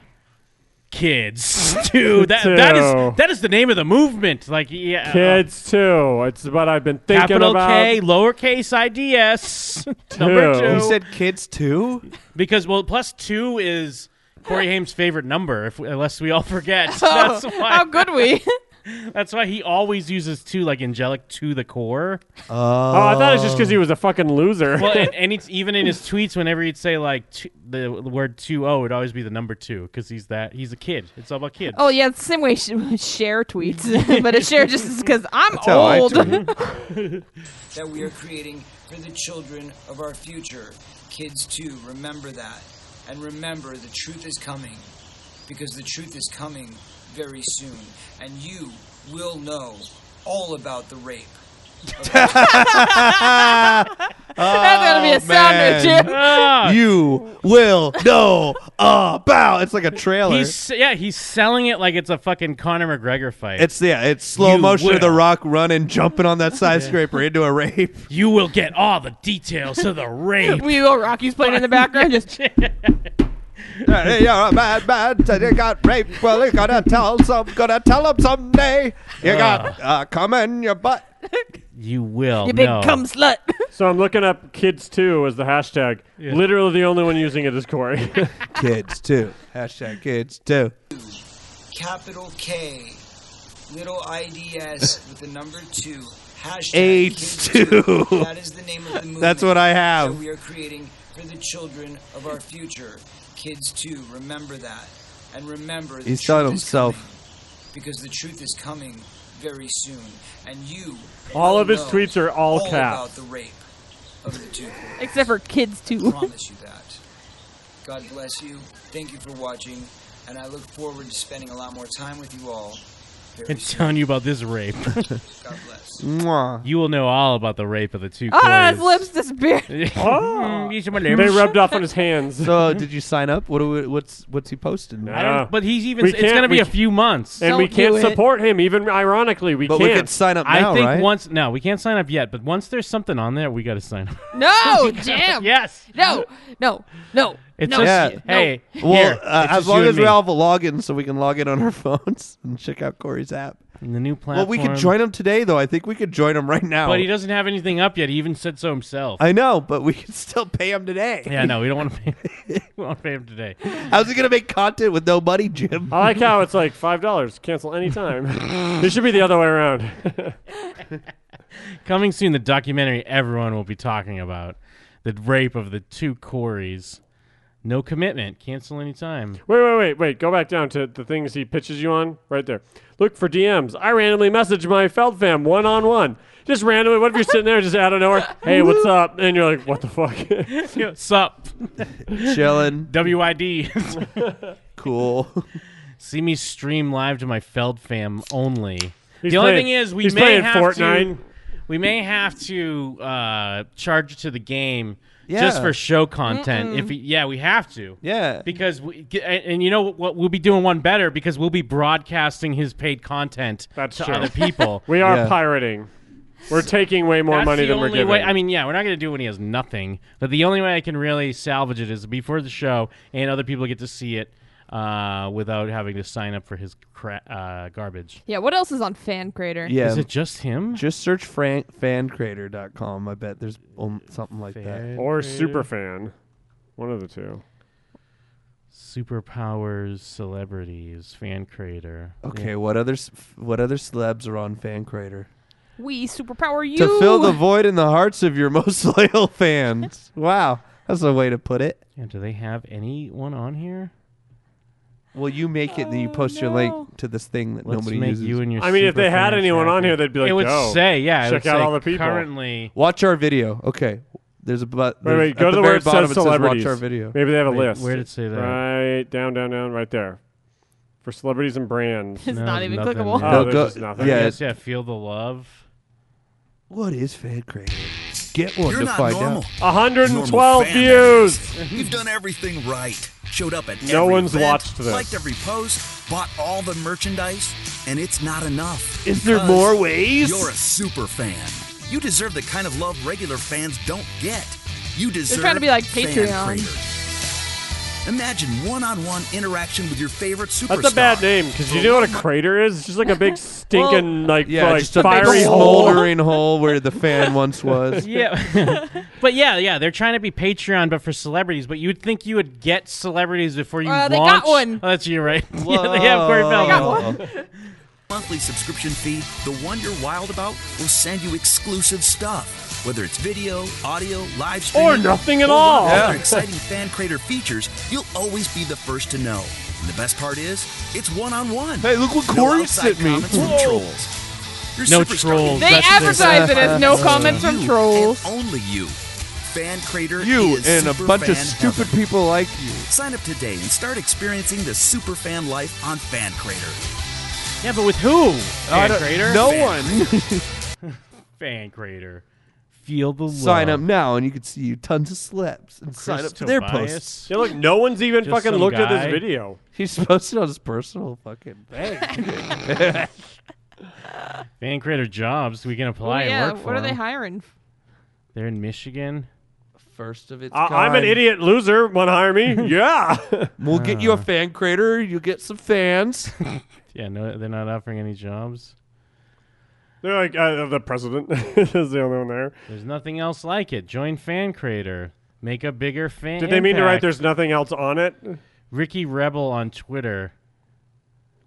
S10: Kids Too." That
S12: Too.
S10: that is that is the name of the movement. Like, yeah, uh,
S12: kids too. It's what I've been thinking
S10: capital
S12: about.
S10: K, lowercase IDS, number
S12: Two.
S10: two.
S12: He said
S10: kids too? Because, well, plus two is Corey Haim's favorite number, if, unless we all forget.
S13: Oh,
S10: That's why,
S13: how good we.
S10: That's why he always uses two, like angelic to the core.
S11: Oh,
S12: Oh, I thought it was just because he was a fucking loser.
S10: Well, and, and it's even in his tweets. Whenever he'd say like t- the word two o, it'd always be the number two because he's that he's a kid. It's all about kids.
S13: Oh yeah, it's the same way sh- share tweets, but it's share just because I'm
S11: Oh,
S10: That's how I
S13: old.
S19: that we are creating for the children of our future. Kids, too, remember that. And remember, the truth is coming. Because the truth is coming very soon. And you will know all about the rape.
S13: gonna be a sounder,
S11: man.
S13: too. Ah.
S11: You will know about. It's like a trailer.
S10: He's yeah, he's selling it like it's a fucking Conor McGregor fight.
S11: it's yeah, it's slow
S10: You
S11: motion of the
S10: will.
S11: Rock running, jumping on that skyscraper into a rape.
S10: You will get all the details of the rape.
S13: we will rock you's playing in the background. Just
S11: You're a bad man, and you got raped. Well, you're gonna tell some, gonna tell them someday. You got uh, cum in your butt.
S10: You will.
S13: you big
S12: no.
S13: cum slut.
S12: so I'm looking up kids too as the hashtag. Literally the only one using it is Corey.
S11: kids too. Hashtag kids too.
S19: Capital K, little IDS with the number two. Hashtag
S11: AIDS
S19: Kids
S11: too.
S19: Too. That is the name of the movement.
S11: That's what I have.
S19: that we are creating for the children of our future. Kids too. Remember that, and remember. the
S11: He's telling
S19: truth is
S11: himself.
S19: coming, because the truth is coming very soon, and you.
S12: All of his
S19: will know
S12: tweets are all caps.
S19: about the rape of the two.
S13: Except for kids
S19: I
S13: too.
S19: promise you that. God bless you. Thank you for watching, and I look forward to spending a lot more time with you all. Very
S10: and
S19: soon.
S10: telling you about this rape.
S11: Mwah.
S10: You will know all about the rape of the two.
S13: Ah, his
S10: Corys.
S13: lips disappeared.
S11: Ah.
S10: Mm, these are my lips.
S12: off on his hands.
S11: So, did you sign up? What do we, what's what's he posting?
S10: I don't, but he's even. It's going to be a few months,
S12: and we can't support him. Even ironically, we
S11: But we
S12: can't.
S11: could sign up now,
S10: I think
S11: right?
S10: once. No, we can't sign up yet. But once there's something on there, we got to sign up.
S13: No, damn.
S10: Yes.
S13: No. No. No.
S10: It's
S13: no.
S10: just-
S13: no.
S10: hey,
S11: Well,
S10: Here,
S11: uh,
S10: it's
S11: as
S10: just you
S11: long
S10: and
S11: as we
S10: me.
S11: all have a login, so we can log in on our phones and check out Corey's app.
S10: And the new platform.
S11: Well, we could join him today, though. I think we could join him right now.
S10: But he doesn't have anything up yet. He even said so himself.
S11: I know, but we can still pay him today.
S10: yeah, no, we don't want to pay. we don't want to pay him today.
S11: How's he gonna make content with no money, Jim?
S12: I like how it's like five dollars. Cancel anytime. it should be the other way around.
S10: Coming soon, the documentary everyone will be talking about the rape of the two Corys. No commitment. Cancel anytime.
S12: Wait, wait, wait, wait. Go back down to the things he pitches you on right there. Look for DMs. I randomly message my Feld fam one on one. Just randomly. What if you're sitting there just out of nowhere? Hey, what's up? And you're like, what the fuck?
S10: Yo, Sup?
S11: Chilling.
S10: WID.
S11: cool.
S10: See me stream live to my Feld fam only.
S12: He's
S10: the only
S12: playing-
S10: thing is we
S12: he's
S10: may
S12: playing
S10: have
S12: Fortnite.
S10: to we may have to uh, charge it to the game
S11: Yeah.
S10: just for show content.
S11: Mm-mm.
S10: If we- yeah, we have to.
S11: Yeah.
S10: because we get- and and you know what we'll be doing one better because we'll be broadcasting his paid content to
S12: true.
S10: other people.
S12: We are pirating. We're taking way more
S10: That's
S12: money
S10: the
S12: than we're
S10: only
S12: giving.
S10: Way, I mean, yeah, we're not going to do it when he has nothing. But the only way I can really salvage it is before the show, and other people get to see it uh, without having to sign up for his cra- uh, garbage.
S13: Yeah. What else is on Fan Crater?
S11: Yeah.
S10: Is it just him?
S11: Just search Fran- fancrater.com. I bet there's um, something like that.
S12: or superfan, one of the two.
S10: Superpowers, celebrities, fan creator.
S11: Okay, what other s- what other celebs are on Fancrater?
S13: We superpower you.
S11: To fill the void in the hearts of your most loyal fans. Wow, that's a way to put it.
S10: Yeah, do they have anyone on here?
S11: Well, you make it, then
S12: Oh,
S11: you post your link to this thing that
S10: Let's
S11: nobody
S10: make
S11: uses.
S10: you and your
S12: I mean, if they had
S10: superfans
S12: anyone on
S10: happy.
S12: here, they'd be like,
S10: it would
S12: "Yo,
S10: say, yeah, it
S12: check
S10: would
S12: out
S10: say
S12: all the people."
S10: Currently,
S11: Watch our video. Okay, there's a but.
S12: Wait,
S11: there's-
S12: wait,
S11: at
S12: go to the, where
S11: very
S12: it says
S11: bottom it
S12: celebrities.
S11: Watch our video.
S12: Maybe they have a
S10: Wait,
S12: list.
S10: where did it say that?
S12: Right down, down, down, right there. For celebrities and brands.
S13: It's No, not even nothing clickable.
S12: Oh,
S11: No,
S12: there's
S11: go-
S12: just nothing.
S11: yeah,
S10: yes, yeah, feel the love.
S11: What is fan crating? Get one
S20: You're
S11: to
S20: not
S11: find
S20: normal.
S11: out.
S12: 112
S20: Normal fan
S12: views.
S20: You've done everything right. Showed up at
S12: No
S20: every
S12: one's
S20: event,
S12: watched this.
S20: Liked every post, bought all the merchandise, and it's not enough.
S11: Is there
S20: because
S11: more ways?
S20: You're a super fan. You deserve the kind of love regular fans don't get. You deserve.
S13: trying to be like
S20: fan
S13: Patreon.
S20: crater. Imagine one-on-one interaction with your favorite superstar.
S12: That's a bad name because you know what a crater is? It's just like a big stinking like,
S11: Yeah,
S12: like
S11: just a
S12: fiery
S11: big
S12: hole.
S11: smoldering hole where the fan once was.
S10: yeah, but yeah, yeah, they're trying to be Patreon, but for celebrities. But you'd think you would get celebrities before you
S13: Uh, they
S10: launch.
S13: got one.
S10: Oh, that's you, right? yeah, they have Corey
S20: Whoa.
S10: Feldman.
S20: Monthly subscription fee, the one you're wild about, will send you exclusive stuff, whether it's video, audio, live streaming,
S12: nothing at
S20: or one of
S12: all.
S20: the
S12: Yeah.
S20: Other exciting fan creator features, you'll always be the first to know. And the best part is, it's one on one. Hey,
S11: look what
S20: Corey sent me. From trolls. Your
S10: No
S20: superstar-
S10: trolls.
S13: They
S10: that's what
S13: advertise it as no comments from
S20: You
S13: trolls.
S20: and only you. Fan creator
S11: You
S20: is
S11: and a
S20: super
S11: bunch of
S20: fan
S11: stupid
S20: heaven.
S11: people like you.
S20: Sign up today and start experiencing the super fan life on Fan Creator.
S10: Yeah, but with who?
S11: I
S10: Fan
S11: don't-
S10: creator.
S11: no
S10: one. Fan creator. Feel the
S11: Sign up
S10: love.
S11: now, and you can see tons of celebs and sign up to their posts.
S12: Yeah, look, no one's even
S11: Just
S12: fucking
S11: some
S12: looked at
S11: guy.
S12: this video.
S11: He's posted on his personal fucking thing.
S10: Fan creator jobs. We can
S13: Oh,
S10: apply
S13: yeah,
S10: and work for
S13: what are they
S10: them.
S13: hiring?
S10: They're in Michigan.
S11: First of its
S12: I- I'm an idiot loser. Want to hire me? yeah.
S11: We'll get
S10: Uh.
S11: you a fan creator. You'll get some fans.
S10: Yeah, no, they're not offering any jobs.
S12: They're like uh, the president is the only one there.
S10: There's nothing else like it. Join Fan Creator. Make a bigger fan.
S12: Did they mean to write
S10: impact.
S12: there's nothing else on it?
S10: Ricky Rebel on Twitter.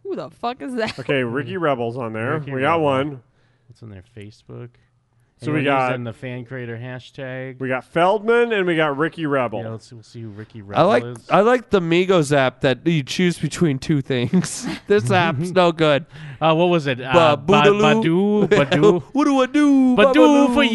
S13: Who the fuck is that?
S12: Okay, Ricky Rebels on there.
S10: Mm-hmm. Ricky
S12: we got
S10: Rebel.
S12: one.
S10: What's on their Facebook?
S12: So we
S10: Anyone
S12: got-
S10: using the Fan Creator hashtag.
S12: We got Feldman and we got Ricky Rebel.
S10: Yeah, let's, we'll see who Ricky Rebel
S11: Oh. I like
S10: is.
S11: I like the Migos app that you choose between two things. this app's no good.
S10: Uh, what was it?
S11: Ba-
S10: Uh, ba-
S11: boodaloo.
S10: Badu, Badu.
S11: what do I do?
S10: Badu for
S11: Ba-ba-doo.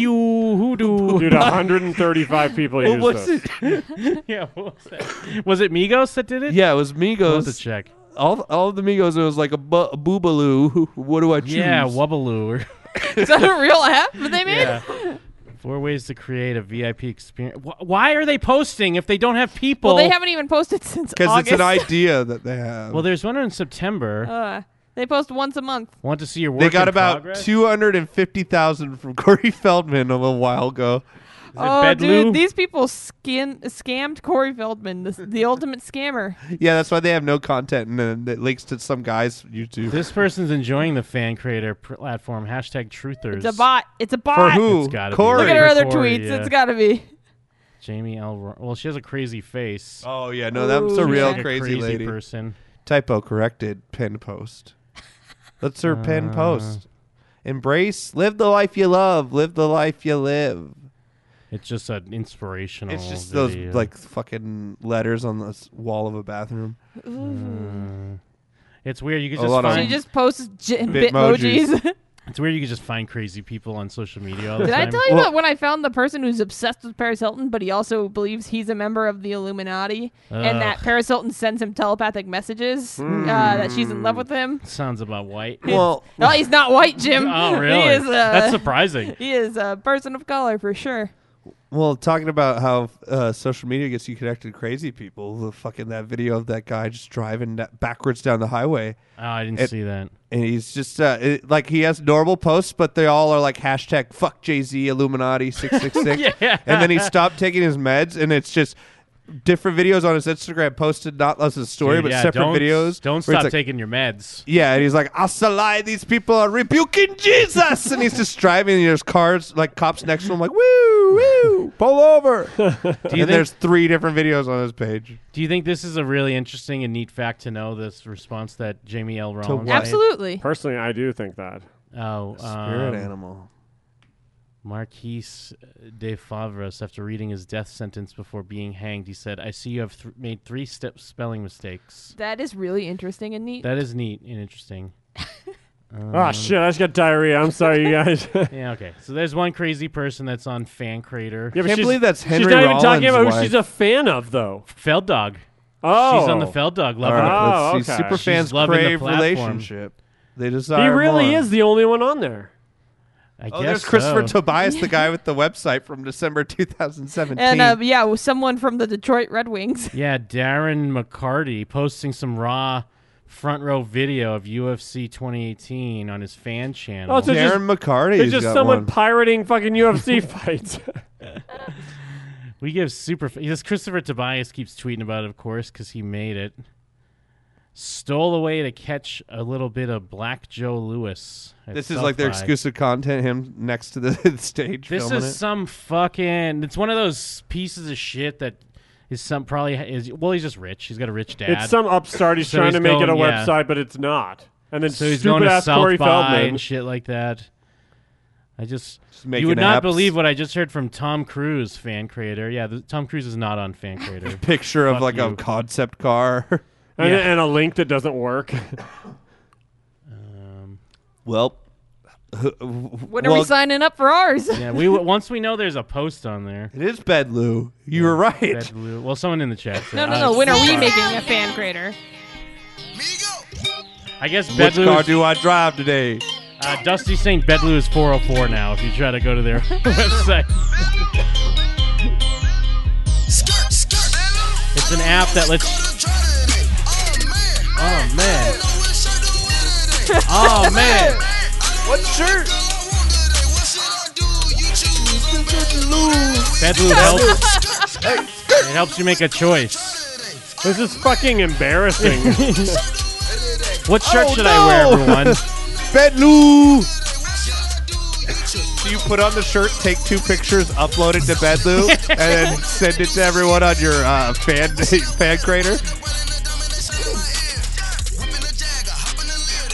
S10: you, hoodoo.
S12: Dude, 135 people
S11: What
S12: use
S11: was
S12: this.
S10: it? yeah, what was that? Was it Migos that did it?
S11: Yeah, it was Migos.
S10: to check.
S11: All all the Migos. It was like a, bu- a boobaloo. What do I choose?
S10: Yeah, Wubbaloo.
S13: Is that a real app that they made?
S10: Yeah. Four ways to create a VIP experience. Wh- Why are they posting if they don't have people?
S13: Well, they haven't even posted since
S11: because it's
S13: August.
S11: an idea that they have.
S10: Well, there's one in September.
S13: Uh, they post once a month.
S10: Want to see your work?
S11: they got
S10: in
S11: about
S10: progress?
S11: two hundred and fifty thousand from Corey Feldman a little while ago.
S13: oh, dude, these people skin scammed Corey Feldman, the, the ultimate scammer.
S11: yeah, that's why they have no content and then it links to some guy's YouTube.
S10: This person's enjoying the fan creator pr- platform. Hashtag truthers.
S13: It's a bot. It's a bot.
S11: For who?
S10: It's gotta be
S11: Corey.
S13: Look at her other
S10: Corey,
S13: tweets.
S10: yeah.
S13: It's got to be.
S10: Jamie L. Ro- Well, she has a crazy face.
S11: Oh yeah, no, that's a
S10: She's
S11: real
S10: like a
S11: crazy,
S10: crazy
S11: lady.
S10: person.
S11: Typo corrected. Pen post. Let's her
S10: Uh.
S11: pen post. Embrace. Live the life you love. Live the life you live.
S10: It's just an inspirational.
S11: It's just
S10: Oh, video.
S11: those like fucking letters on the s- wall of a bathroom.
S10: Uh, it's weird. You
S11: A
S10: could just
S11: lot of
S10: find.
S13: She just posts j-
S11: Bitmojis.
S13: bitmojis.
S10: it's weird. You could just find crazy people on social media. All the
S13: Did I
S10: time.
S13: tell you about when I found the person who's obsessed with Paris Hilton, but he also believes he's a member of the Illuminati,
S10: Ugh. Hmm.
S13: and that Paris Hilton sends him telepathic messages uh, that she's in love with him?
S10: Sounds about white.
S11: Well,
S13: No, he's not white, Jim.
S10: Oh, really?
S13: He is uh, a,
S10: That's surprising.
S13: He is a person of color for sure.
S11: well, talking about how uh, social media gets you connected to crazy people. The fucking that video of that guy just driving da- backwards down the highway.
S10: Oh, I didn't
S11: And-
S10: see that.
S11: And he's just uh, it, like he has normal posts, but they all are like hashtag fuck Jay Z Illuminati six six six.
S10: Yeah.
S11: And then he stopped taking his meds, and it's just different videos on his Instagram posted, not as a story,
S10: Dude,
S11: but
S10: yeah,
S11: separate
S10: don't-
S11: videos. where
S10: Don't
S11: it's
S10: stop
S11: like-
S10: taking your meds.
S11: Yeah, and he's like, Asalai, these people are rebuking Jesus. and he's just driving, and there's cars, like cops next to him, like, woo, woo, pull over. and
S10: think-
S11: there's three different videos on his page.
S10: Do you think this is a really interesting and neat fact to know? This response that Jamie L. Rollins. made?
S13: Absolutely.
S12: Personally, I do think that.
S10: Oh,
S11: Spirit
S10: um,
S11: animal.
S10: Marquise de Favres, after reading his death sentence before being hanged, he said, "I see you have th- made three step spelling mistakes.
S13: That is really interesting and neat.
S10: That is neat and interesting." um,
S12: Ah, shit, I just got diarrhea. I'm sorry, you guys.
S10: Yeah. Okay. So there's one crazy person that's on Fan Creator.
S12: Yeah, but she's- She's
S11: Henry
S12: not even talking
S11: Rollins'
S12: about who
S11: wife.
S12: she's a fan of, though.
S10: Feld Dog.
S12: Oh,
S10: She's on the Feld Dog level.
S11: All right,
S12: Oh,
S11: let's see.
S12: okay.
S11: Super
S10: She's
S11: fans
S10: loving the
S11: crave
S10: platform.
S11: relationship. They
S12: He
S11: desire
S12: really
S11: more.
S12: is the only one on there.
S10: I
S11: oh,
S10: guess
S11: there's Christopher
S10: so.
S11: Tobias, the guy with the website from December 2017.
S13: And uh, yeah, well, someone from the Detroit Red Wings.
S10: Yeah, Darren McCarty posting some raw front row video of UFC 2018 on his fan channel.
S11: Oh, so just- Darren McCarty's
S12: It's just
S11: got
S12: someone
S11: one.
S12: pirating fucking UFC fights.
S10: We give super. Yes, Christopher Tobias keeps tweeting about it, of course, because he made it. Stole away to catch a little bit of Black Joe Lewis. at
S11: this is
S10: South
S11: like their
S10: by.
S11: exclusive content. Him next to the stage.
S10: This
S11: filming
S10: is
S11: it.
S10: some fucking. It's one of those pieces of shit that is some probably is. Well, he's just rich. He's got a rich dad.
S12: It's some upstart. He's
S10: So
S12: trying to make it a
S10: going- yeah.
S12: website, but it's not. And then
S10: So he's going
S12: stupid
S10: to
S12: ass
S10: South
S12: Corey
S10: by
S12: Feldman.
S10: and shit like that. I just, you
S11: making
S10: would not
S11: apps.
S10: believe what I just heard from Tom Cruise, fan creator. Yeah, the, Tom Cruise is not on fan creator.
S11: picture of
S10: Fuck
S11: like
S10: you.
S11: a concept car.
S12: and, and a link that doesn't work.
S11: well,
S13: When are we signing up for ours?
S10: yeah, we once we know there's a post on there.
S11: It is Bedloo. You were right.
S10: Bedloo. Well, someone in the chat. Said,
S13: no, no,
S10: uh,
S13: no. When are we
S10: sorry.
S13: making a fan crater?
S10: I guess
S11: Which
S10: Bedloo.
S11: car
S10: is-
S11: do I drive today?
S10: uh, Dusty saying Bedloo is 404 now. If you try to go to their website,
S4: Skirt, skirt.
S10: it's an app that lets. Oh man. Oh man.
S4: What shirt?
S10: Bedloo helps. it helps you make a choice.
S12: This is fucking embarrassing.
S10: what shirt should I wear, everyone?
S11: Bedloo. So you put on the shirt, take two pictures, upload it to Bedloo, and then send it to everyone on your uh, fan fan crater.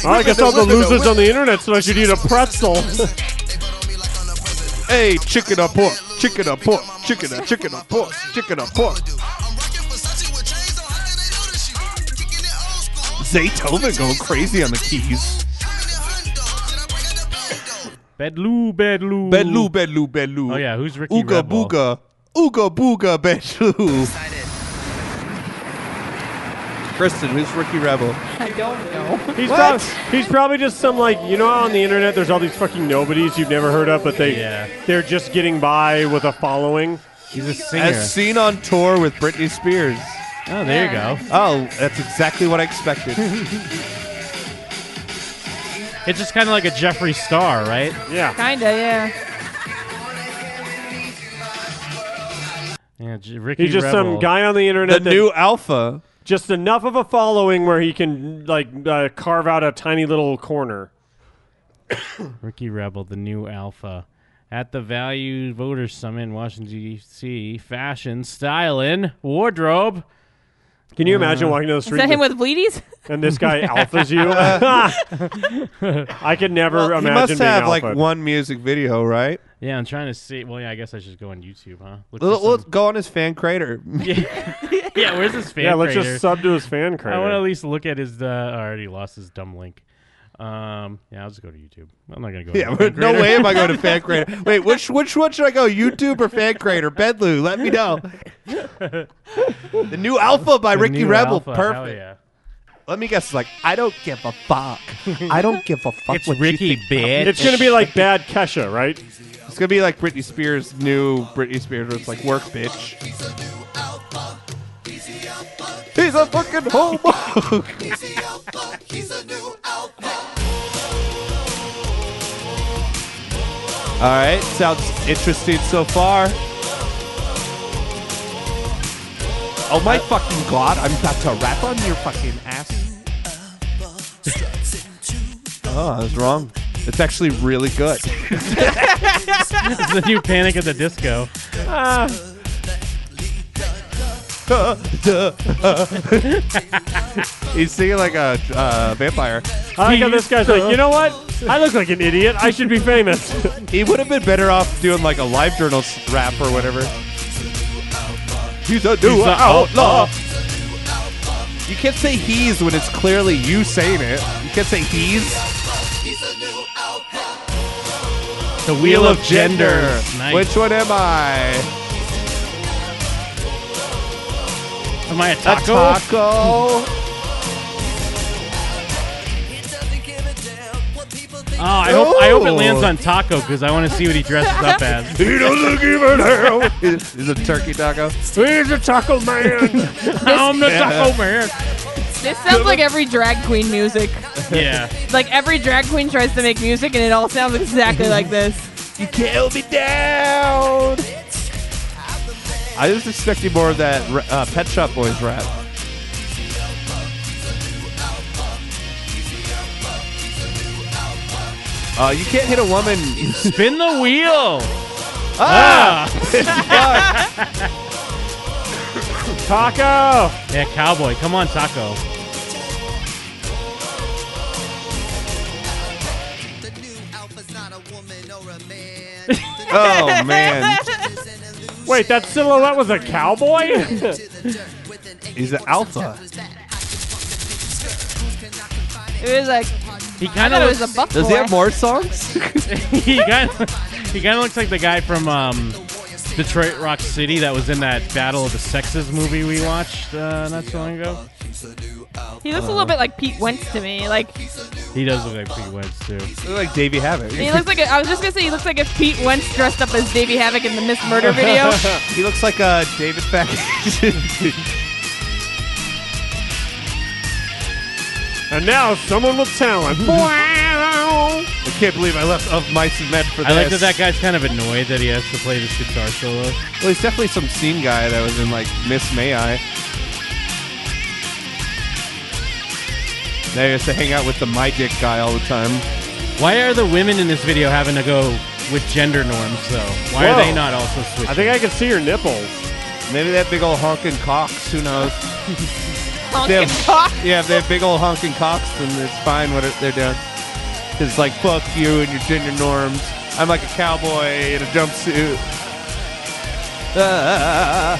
S12: I guess all the losers on the internet said you need a pretzel.
S11: Hey, chicken or pork, chicken or pork, chicken or chicken or pork, chicken or pork. Zaytoven going crazy on the keys.
S10: Bedloo, Bedloo.
S11: Bedloo, Bedloo, Bedloo.
S10: Oh, yeah, who's Ricky
S11: Ooga
S10: Redball?
S11: booga, ooga booga, Bedloo. Kristen, who's Ricky Rebel?
S13: I don't know.
S12: He's, prob- he's probably just some like you know how on the internet there's all these fucking nobodies you've never heard of, but they
S10: Yeah.
S12: they're just getting by with a following.
S10: He's a singer.
S11: As seen on tour with Britney Spears.
S10: Oh, there you go.
S11: Oh, that's exactly what I expected.
S10: It's just kind of like a Jeffree Star, right?
S12: Yeah.
S13: Kinda, yeah.
S10: Yeah, J- Ricky
S12: He's just
S10: Rebel.
S12: some guy on the internet.
S11: The
S12: that-
S11: new alpha.
S12: Just enough of a following where he can like uh, carve out a tiny little corner.
S10: Ricky Rebel, the new alpha. At the Value Voters Summit in Washington, D.C., fashion, styling, wardrobe.
S12: Can you imagine
S11: Mm.
S12: walking down the
S13: Is
S12: street
S13: that him
S12: with-
S13: with bleedies?
S12: and this guy alphas you? I could never
S11: he
S12: imagine
S11: must
S12: being
S11: have like
S12: alpha.
S11: one music video, right?
S10: Yeah, I'm trying to see. Well, yeah, I guess I should go on YouTube, huh? Look for
S11: Well, well,
S10: some-
S11: go on his fan crater.
S10: yeah, where's his fan
S12: Yeah, let's
S10: crater?
S12: just sub to his fan
S10: I want to
S12: crater.
S10: at least look at his. Uh, I already lost his dumb link. Um, yeah, I'll just go to YouTube. I'm not gonna go.
S11: yeah,
S10: to
S11: but no way am I going to fan crater. Wait, which which one should I go? YouTube or fan crater? Bedloo, let me know. The new alpha by Ricky Rebel, perfect. Let me guess. Like I don't give a fuck. I don't give a fuck.
S10: It's
S11: what
S10: Ricky
S11: you think.
S10: bitch.
S12: It's gonna be like bad Kesha, right?
S11: It's gonna be like Britney Spears' new Britney Spears, where it's like work, bitch. He's a fucking homo. All right, sounds interesting so far. Oh my fucking god, I'm about to rap on your fucking ass. Oh, I was wrong. It's actually really good.
S10: it's the new Panic at the Disco.
S11: He's singing like a uh, vampire.
S12: I like how this guy's like, you know what? I look like an idiot. I should be famous.
S11: He would have been better off doing like a live journal s- rap or whatever. He's a new
S12: He's a
S11: outlaw. You can't say he's when it's clearly you saying it. You can't say he's.
S10: The Wheel of Gender. Nice.
S11: Which one am I?
S10: Am I a
S11: A
S10: taco?
S11: taco.
S10: Oh, I hope, I hope it lands on taco because I want to see what he dresses up as.
S11: He doesn't give a hell. Is is it turkey taco? He's a taco man.
S10: I'm the taco man.
S13: This sounds like every drag queen music.
S10: Yeah.
S13: Like every drag queen tries to make music and it all sounds exactly like this.
S11: You can't me down. I was expecting more of that uh, Pet Shop Boys rap. Uh, you can't hit a woman.
S10: Spin the wheel.
S11: Ah!
S12: Taco.
S10: Yeah, cowboy. Come on, taco.
S11: oh man,
S12: Wait, that silhouette was a cowboy?
S11: he's an alpha.
S13: It was like
S10: He
S13: I
S10: kind
S13: thought
S10: of
S13: it was a buck
S11: Does he have more songs?
S10: he kind he kind of looks like the guy from um, Detroit Rock City that was in that Battle of the Sexes movie we watched uh, not so long ago.
S13: He looks a little bit like Pete Wentz to me. Like
S10: He does look like Pete Wentz too. Looks
S11: like Davey Havok.
S13: he looks like a, I was just gonna say he looks like if Pete Wentz dressed up as Davey Havoc in the Miss Murder video.
S11: he looks like uh, David Beck.
S12: And now someone with talent. Wow.
S11: I can't believe I left of mice and men for
S10: I like that
S11: this.
S10: that guy's kind of annoyed that he has to play this guitar solo.
S11: Well, he's definitely some scene guy that was in like Miss May I. Now he has to hang out with the my dick guy all the time.
S10: Why are the women in this video having to go with gender norms though? Why are
S11: Whoa.
S10: they not also switching?
S12: I think I can see your nipples.
S11: Maybe that big old honking cocks. Who knows? They have-
S13: Honking cock.
S11: Yeah, if they have big old honking cocks, then it's fine what it, they're doing. 'Cause it's like fuck you and your gender norms. I'm like a cowboy in a jumpsuit. Ah.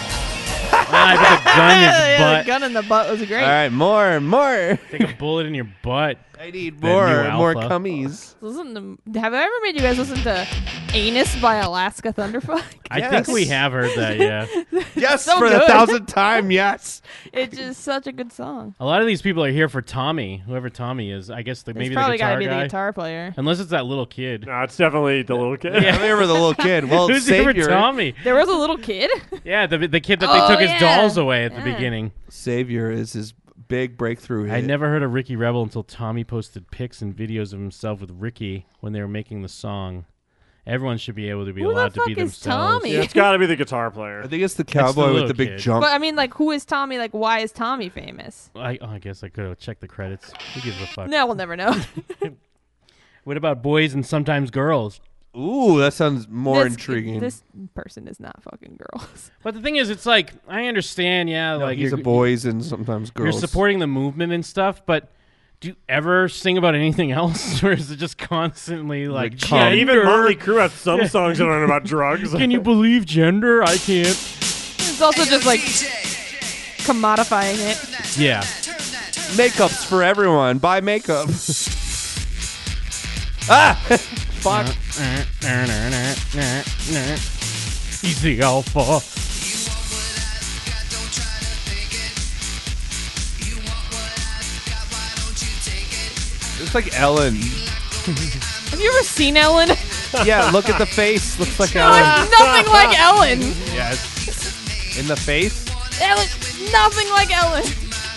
S10: Ah, I put a gun in his
S13: yeah,
S10: butt.
S13: the gun in the butt was great.
S11: All right, more, more.
S10: Take a bullet in your butt.
S11: I need
S10: That
S11: more,
S10: new
S11: more
S10: alpha.
S11: cummies.
S13: Listen to, have I ever made you guys listen to "Anus" by Alaska Thunderfuck?
S10: I think we have heard that, yeah.
S11: Yes,
S13: So
S11: for the
S13: good.
S11: thousandth time, yes.
S13: It's just such a good song.
S10: A lot of these people are here for Tommy, whoever Tommy is. I guess the,
S13: It's
S10: maybe
S13: probably
S10: the guitar
S13: gotta be the
S10: guy.
S13: guitar player.
S10: Unless it's that little kid.
S12: No, it's definitely the little kid.
S11: I remember the little kid. Well,
S10: Who's here for
S11: Savior.
S10: Tommy?
S13: There was a little kid.
S10: Yeah, the, the kid that they
S13: Oh,
S10: took
S13: yeah.
S10: his dolls away at the
S13: Yeah.
S10: beginning.
S11: Savior is his big breakthrough hit.
S10: I never heard of Ricky Rebel until Tommy posted pics and videos of himself with Ricky when they were making the song. Everyone should be able to be
S13: Who the
S10: allowed to be
S13: fuck is
S10: themselves.
S13: Tommy?
S12: Yeah, it's got to be the guitar player.
S11: I think it's the cowboy with
S10: little
S11: the big
S10: kid.
S11: jump.
S13: But I mean, like, who is Tommy? Like, why is Tommy famous?
S10: I, oh, I guess I could have checked the credits. Who gives a fuck?
S13: No, we'll never know.
S10: What about boys and sometimes girls?
S11: Ooh, that sounds more
S13: This-
S11: intriguing.
S13: This person is not fucking girls.
S10: But the thing is, it's like I understand. Yeah,
S11: like
S10: like
S11: he's a
S10: you're-
S11: boys and sometimes girls.
S10: You're supporting the movement and stuff, but do you ever sing about anything else, or is it just constantly like
S11: Like,
S12: Yeah,
S11: cum.
S12: even
S10: gender?
S12: Motley Crue has some songs that aren't about drugs.
S10: Can you believe gender? I can't.
S13: It's also just like commodifying it.
S10: Yeah.
S11: Makeup's for everyone. Buy makeup. ah, fuck.
S10: He's the alpha.
S11: It's like Ellen.
S13: Have you ever seen Ellen?
S11: Yeah, look at the face. Looks like Ellen.
S13: Ellen, nothing like Ellen.
S11: Yes. In the face.
S13: Ellen, nothing like Ellen.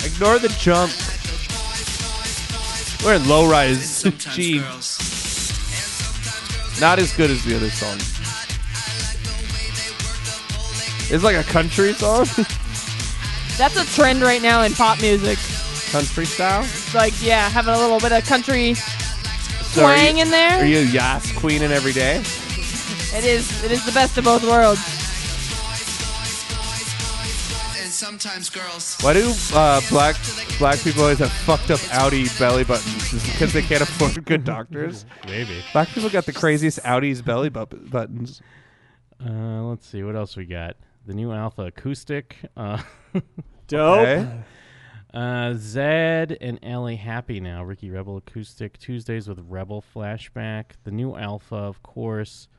S11: Ignore the jump. We're in low rise. Gee. Not as good as the other song. It's like a country song.
S13: That's a trend right now in pop music.
S11: country style.
S13: It's like, yeah, having a little bit of country
S11: So are
S13: twang
S11: you-
S13: in there.
S11: Are you Yas Queen in every day?
S13: It is. It is the best of both worlds.
S21: And sometimes girls.
S11: Why do uh, black black people always have fucked up Audi belly buttons? Is it because they can't afford good doctors?
S10: Maybe.
S11: Black people got the craziest Audi's belly bu- buttons.
S10: Uh, let's see what else we got. The new alpha acoustic. Uh,
S12: Dope.
S11: Okay.
S10: Uh, Zed and Ellie happy now. Ricky Rebel acoustic Tuesdays with Rebel flashback. The new alpha, of course.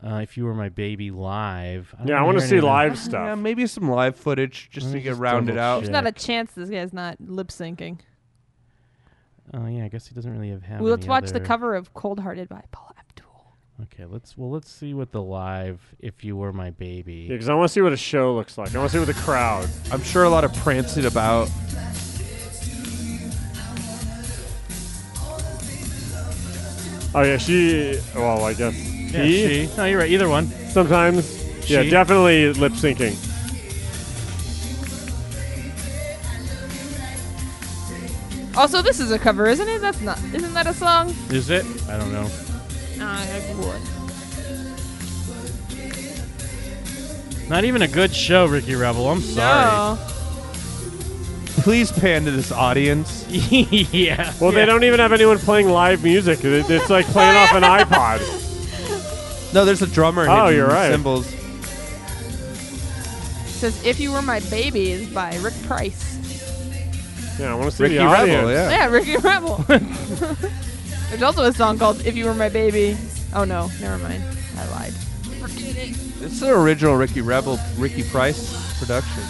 S10: Uh, if you were my baby live.
S12: Yeah, I
S10: wanna
S12: wanna
S10: hear
S12: see
S10: any of that.
S12: live stuff.
S11: Yeah, maybe some live footage just
S10: Let
S11: to
S10: me
S11: get
S10: just
S11: rounded
S10: double
S11: out.
S13: There's not a chance this guy's not lip syncing.
S10: Oh yeah, I guess he doesn't really have. have
S13: Well, let's
S10: any
S13: watch the
S10: other-
S13: cover of Cold Hearted by Paul.
S10: Okay, let's well let's see what the live "If You Were My Baby."
S12: Because I want to see what a show looks like. I want to see what the crowd.
S11: I'm sure a lot of prancing about.
S12: Oh yeah, she. Well, I guess.
S10: Yeah,
S12: he?
S10: she. No, you're right. Either one.
S12: Sometimes. Yeah,
S10: She.
S12: definitely lip syncing.
S13: Also, this is a cover, isn't it? That's not. Isn't that a song?
S10: Is it? I don't know.
S13: Uh, I Google it.
S10: Not even a good show, Ricky Rebel. I'm sorry.
S11: Please pan to this audience.
S10: yeah.
S12: Well, they don't even have anyone playing live music. It- It's like playing off an iPod.
S11: No, there's a drummer.
S12: Oh,
S11: hitting
S12: you're right.
S11: Cymbals.
S13: It says "If You Were My Baby" is by Rick Price.
S12: Yeah, I want to see
S11: Ricky
S12: the
S11: Rebel,
S12: audience.
S11: yeah.
S13: Yeah, Ricky Rebel. There's also a song called "If You Were My Baby." Oh no, never mind. I lied.
S11: This is an original Ricky Rebel, Ricky Price production.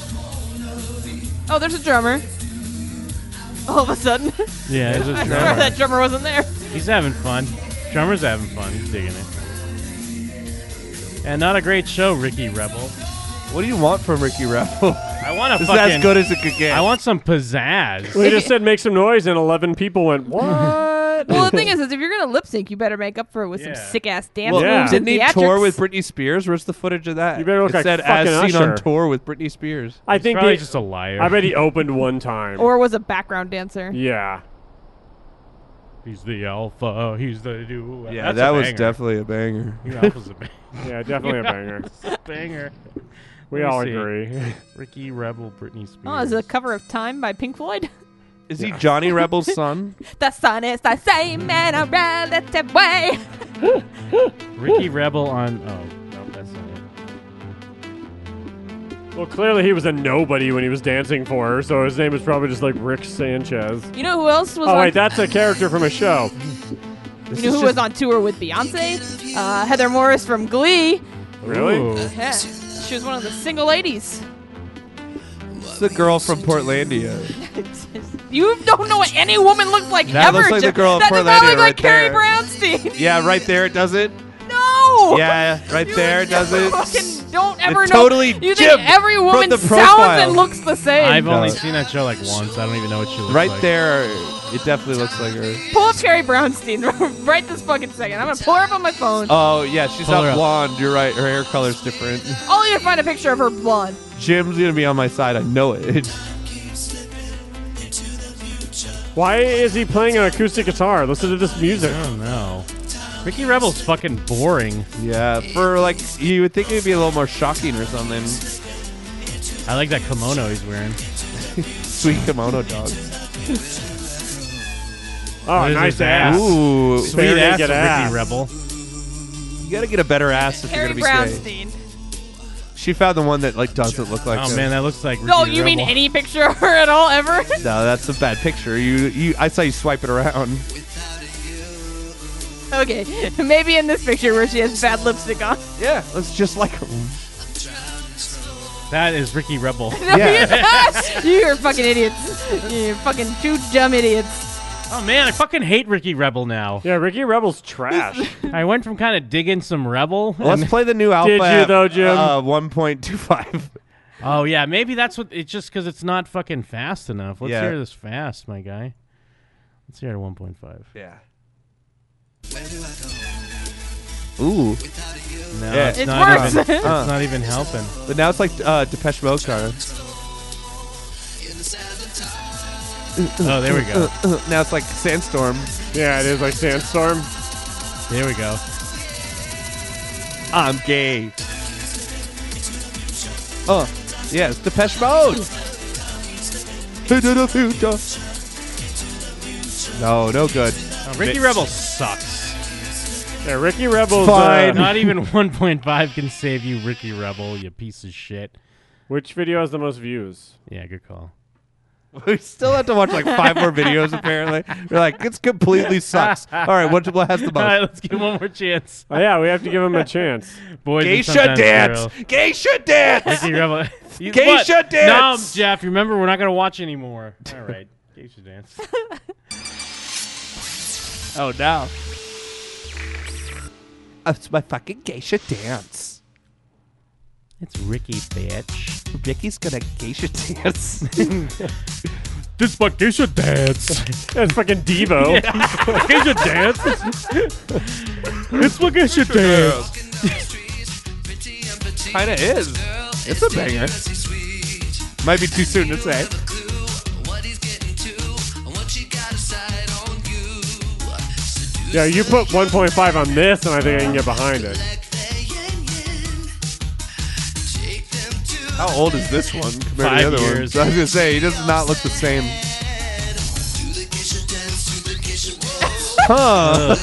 S13: Oh, there's a drummer. All of a sudden.
S10: Yeah, there's a
S13: I swear
S10: drummer.
S13: that drummer wasn't there.
S10: He's having fun. Drummer's having fun. He's digging it. And not a great show, Ricky Rebel.
S11: What do you want from Ricky Rebel?
S10: I want to
S11: This is
S10: fucking.
S11: as good as it could get.
S10: I want some pizzazz.
S12: We just said make some noise, and 11 people went, What?
S13: Well, the thing is, is if you're gonna lip sync, you better make up for it with
S12: Yeah.
S13: some sick ass dance
S11: Well,
S13: moves
S11: didn't
S13: and
S11: he
S13: theatrics.
S11: tour with Britney Spears? Where's the footage of that?
S12: You better look
S11: it
S12: like
S11: said
S12: fucking
S11: as seen on
S12: Usher."
S11: tour with Britney Spears.
S12: I think
S11: he's
S12: they- I bet he opened one time.
S13: or was a background dancer.
S12: yeah.
S10: He's the alpha. He's the do.
S11: Yeah, that was definitely a banger.
S10: You alpha's a banger.
S12: Yeah, definitely a banger.
S10: a banger.
S12: We
S10: Let me
S12: all
S10: see.
S12: agree.
S10: Ricky Rebel, Britney Spears.
S13: Oh, is it a cover of "Time" by Pink Floyd?
S11: Is he Johnny Rebel's son?
S13: The sun is the same in a relative way.
S10: Ricky Rebel on. Oh, no, that's not it.
S12: Well, clearly he was a nobody when he was dancing for her, so his name was probably just like Rick Sanchez.
S13: You know who else was
S12: Oh,
S13: on?
S12: wait, that's a character from a show.
S13: you know who was on tour with Beyonce? Uh, Heather Morris from Glee.
S12: Really?
S13: Yeah, she was one of the single ladies.
S11: It's the girl from Portlandia.
S13: You don't know what any woman looks like
S11: That
S13: ever.
S11: looks like the
S13: Jim.
S11: girl in
S13: that does not
S11: Portlandia
S13: look like
S11: right
S13: Carrie
S11: there.
S13: Brownstein.
S11: Yeah, right there. Does it?
S13: No.
S11: Yeah, right there. Does
S13: You
S11: it?
S13: fucking don't ever know.
S11: totally
S13: you
S11: Jim
S13: think every
S11: from
S13: woman
S11: the
S13: sounds
S11: profile.
S13: and looks the same?
S10: I've only
S11: No.
S10: seen that show like once. I don't even know what she looks
S11: Right
S10: like.
S11: there. It definitely looks like her.
S13: Pull up Carrie Brownstein right this fucking second. I'm gonna pull her up on my phone.
S11: Oh yeah, she's
S10: Pull her
S11: not
S10: up.
S11: blonde. You're right. Her hair color's different.
S13: I'll even find a picture of her blonde.
S11: Jim's gonna be on my side. I know it.
S12: Why is he playing an acoustic guitar? Listen to this music. I
S10: don't know. Ricky Rebel's fucking boring.
S11: Yeah, for like you would think it'd be a little more shocking or something.
S10: I like that kimono he's wearing.
S11: Sweet kimono dog.
S12: Oh,
S10: There's
S12: nice
S10: his ass.
S12: ass.
S11: Ooh,
S10: Sweet
S12: Very
S10: ass,
S12: good
S10: Ricky
S12: ass.
S10: Rebel.
S11: You gotta get a better ass if
S13: Carrie
S11: you're gonna be straight.
S13: Brownstein.
S11: She found the one that like doesn't look like.
S10: Oh
S11: her.
S10: man, that looks like.
S13: No,
S10: Ricky
S13: you mean
S10: Rebel.
S13: any picture of her at all ever?
S11: No, that's a bad picture. You, you. I saw you swipe it around.
S13: okay, maybe in this picture where she has bad lipstick on.
S11: Yeah, looks just like her.
S10: That is Ricky Rebel.
S13: You're fucking idiots. You're fucking two dumb idiots.
S10: oh man, I fucking hate Ricky Rebel now.
S12: Yeah, Ricky Rebel's trash.
S10: I went from kind of digging some Rebel.
S11: Let's
S10: and-
S11: play the new alpha.
S12: you
S11: at,
S12: though, Jim?
S11: Uh, One point two five.
S10: Oh yeah, maybe that's what it's just because it's not fucking fast enough. Let's
S11: Yeah.
S10: hear this fast, my guy. Let's hear it at one point five.
S11: Yeah. Ooh.
S10: No,
S11: Yeah.
S10: it's,
S11: It's
S10: not
S11: worse.
S10: even. it's
S11: Uh.
S10: not even helping.
S11: But now it's like uh, Depeche Mode kind of.
S10: Oh, there we go.
S11: now it's like Sandstorm.
S12: yeah, it is like Sandstorm. Uh,
S10: There we go.
S11: I'm gay. Oh, yeah, it's Depeche Mode. Into the future. No, no good.
S10: Oh, Ricky Rebel sucks.
S12: Yeah, Ricky Rebel's
S11: Fine.
S12: uh,
S10: Not even 1.5 can save you, Ricky Rebel. You piece of shit.
S12: Which video has the most views?
S10: Yeah, good call.
S11: We still have to watch like five more videos. Apparently, we're like, it's completely sucks. All right, what, what has the
S10: All right,
S11: most?
S10: let's give him one more chance.
S12: Oh, yeah, we have to give him a chance.
S10: Boys are
S11: Geisha
S10: sometimes
S11: dance.
S10: real.
S11: Geisha dance.
S10: Ricky Rebel. You-
S11: Geisha
S10: what? No,
S11: dance!
S10: Jeff. Remember, we're not gonna watch anymore. All right, Geisha dance.
S11: Oh no. That's my fucking geisha dance.
S10: It's Ricky, bitch.
S11: Ricky's gonna geisha dance.
S12: This fuck geisha dance. That's fucking Devo.
S10: Yeah.
S12: Geisha dance. it's fucking geisha dance.
S11: Kinda is. It's a banger. Might be too soon to say.
S12: Yeah, you put 1.5 on this, and I think I can get behind it.
S11: How old is this one compared to
S12: Five
S11: the other
S12: years.
S11: one? I was gonna say he does not look the same. Huh?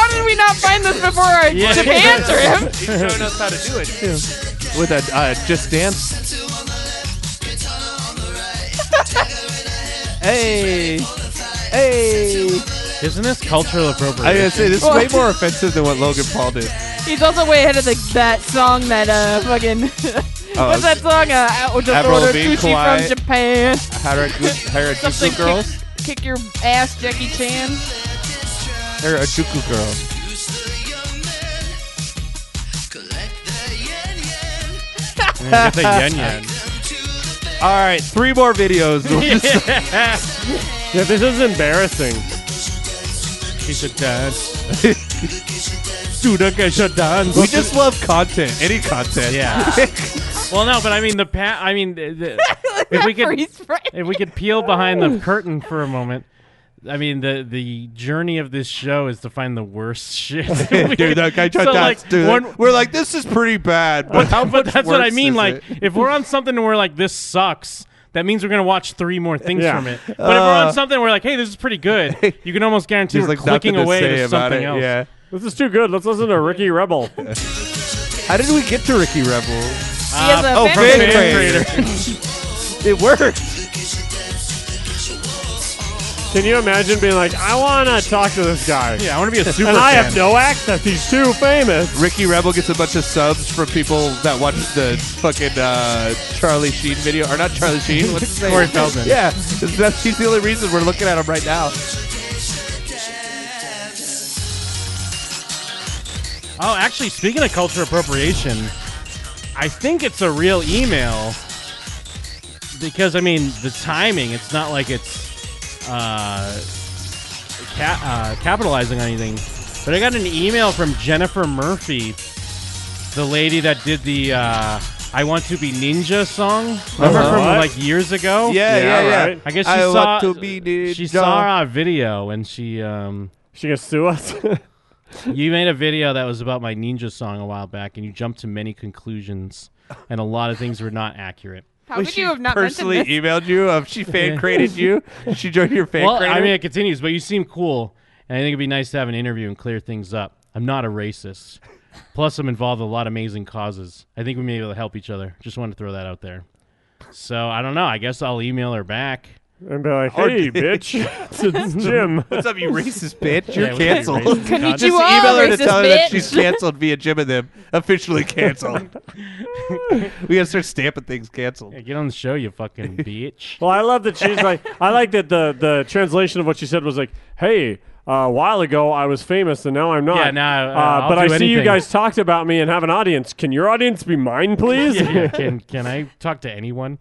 S13: How did we not find this before I took answer him?
S11: He showed us how to do it too. With a uh, just dance. Hey, hey.
S10: Isn't this cultural appropriation?
S11: I gotta say this is way more offensive than what Logan Paul did.
S13: He's also way ahead of the, that song that uh fucking what's that song? Uh, I just
S11: Oh, Avril
S13: ordered
S11: Lavigne,
S13: sushi
S11: Kawhi.
S13: from Japan.
S11: Harajuku,
S13: Something
S11: Harajuku girls.
S13: Kick, kick your ass, Jackie Chan.
S11: Harajuku girls.
S10: Get the yen yen.
S11: All right, three more videos.
S12: yeah, this is embarrassing.
S10: Geisha dance.
S12: Dude, I geisha dance.
S11: We just love content, any content.
S10: Yeah. well, no, but I mean the pa- I mean, the, the, if we could if we could peel behind the curtain for a moment. I mean the the journey of this show is to find the worst shit.
S11: dude, that guy tried
S10: so
S11: to
S10: like,
S11: dude.
S10: one-
S11: we're like, this is pretty bad, but
S10: but,
S11: how
S10: but
S11: much
S10: that's what I
S11: worse
S10: mean.
S11: is
S10: Like,
S11: it?
S10: if we're on something and we're like, this sucks, that means we're gonna watch three more things
S11: Yeah.
S10: from it. But if we're
S11: Uh,
S10: on something, and we're like, hey, this is pretty good. You can almost guarantee
S11: There's,
S10: we're
S11: like, nothing
S10: clicking
S11: to
S10: away
S11: say
S10: to
S11: about
S10: something
S11: it,
S10: else.
S11: yeah.
S12: This is too good. Let's listen to Ricky Rebel.
S11: how did we get to Ricky Rebel?
S12: has a
S11: oh,
S12: fan
S11: fan creator.
S12: creator.
S11: it worked.
S12: Can you imagine being like, I want to talk to this guy?
S11: Yeah, I wanna be a super
S12: And I
S11: fan.
S12: have no access. He's too famous.
S11: Ricky Rebel gets a bunch of subs from people that watch the fucking uh, Charlie Sheen video, or not Charlie Sheen, what's his name?
S10: Corey Feldman.
S11: Yeah, that's she's the only reason we're looking at him right now.
S10: Oh, actually, speaking of culture appropriation, I think it's a real email because I mean the timing. It's not like it's uh, ca- uh, capitalizing on anything. But I got an email from Jennifer Murphy, the lady that did the uh, "I Want to Be Ninja" song. Remember
S11: Uh-huh.
S10: from
S11: What?
S10: like years ago?
S11: Yeah, yeah, yeah. Right.
S10: I guess she
S11: I
S10: saw
S11: want to be
S10: she
S11: ninja.
S10: saw our video and she um
S12: she gonna sue us.
S10: you made a video that was about my ninja song a while back, and you jumped to many conclusions, and a lot of things were not accurate.
S13: How could you have not mentioned
S11: personally
S13: this?
S11: emailed you? Of she fan created you? She joined your fan
S10: well,
S11: creator?
S10: I mean, it continues, but you seem cool, and I think it'd be nice to have an interview and clear things up. I'm not a racist. Plus, I'm involved in a lot of amazing causes. I think we may be able to help each other. Just wanted to throw that out there. So I don't know. I guess I'll email her back.
S12: And be like, hey, bitch, it's Jim.
S11: What's up, you racist bitch?
S10: Yeah,
S11: You're
S10: we can't
S11: canceled.
S10: racist Konnichiwa,
S11: Just email her to
S10: racist
S11: tell her that
S10: bitch.
S11: she's canceled via Jim and them. Officially canceled. we gotta start stamping things canceled.
S10: get on the show, you fucking bitch.
S12: Well, I love that she's like, I like that the, the translation of what she said was like, hey, uh, a while ago I was famous and now I'm not.
S10: Yeah, now, uh, I'll
S12: but I
S10: do
S12: see you
S10: anything.
S12: guys talked about me and have an audience. Can your audience be mine, please?
S10: Yeah, yeah, Can can I talk to anyone?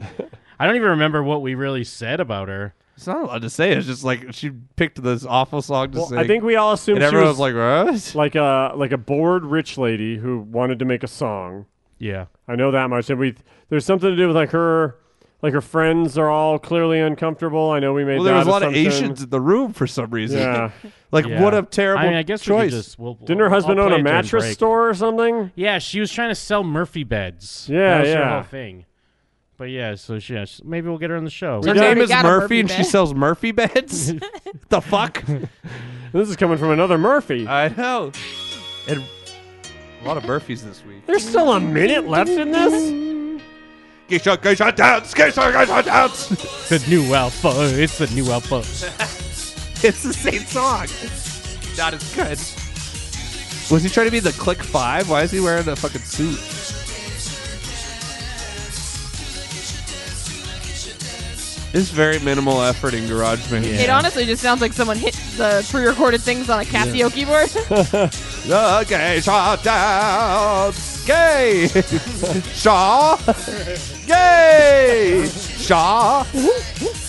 S10: I don't even remember what we really said about her.
S11: It's not allowed to say. It's just like she picked this awful song to
S10: Well,
S11: sing.
S12: I think we all assumed
S11: And
S12: she
S11: everyone was,
S12: was,
S11: like, "What?"
S12: like a like a bored rich lady who wanted to make a song.
S10: Yeah,
S12: I know that much. And we there's something to do with like her, like her friends are all clearly uncomfortable. I know we made.
S11: Well, there was
S12: that
S11: a lot of
S12: assumption.
S11: Asians in the room for some reason.
S12: Yeah.
S11: like,
S10: Yeah.
S11: what a terrible
S10: I mean, I guess we could
S11: choice.
S10: just- we'll-
S12: Didn't her husband
S10: I'll
S12: own
S10: play
S12: a
S10: it during
S12: mattress
S10: break.
S12: store or something?
S10: Yeah, she was trying to sell Murphy beds.
S12: Yeah,
S10: that was Her
S12: yeah.
S10: whole thing. But yeah, so she, yeah, she- maybe we'll get her on the show.
S11: her name is Murphy, and she sells Murphy beds. the fuck?
S12: this is coming from another Murphy.
S11: I know. And a lot of Murphys this week.
S12: There's still a minute left in this.
S11: Geisha, geisha, dance, geisha, geisha, dance.
S10: the new alpha. It's the new alpha.
S11: It's the same song. Not as good. Was he trying to be the Click Five? Why is he wearing a fucking suit? It's very minimal effort in GarageBand.
S22: It honestly just sounds like someone hit the pre-recorded things on a Casio
S11: Yeah.
S22: keyboard.
S11: okay, Shaw down. Gay. Shaw. Gay. Shaw.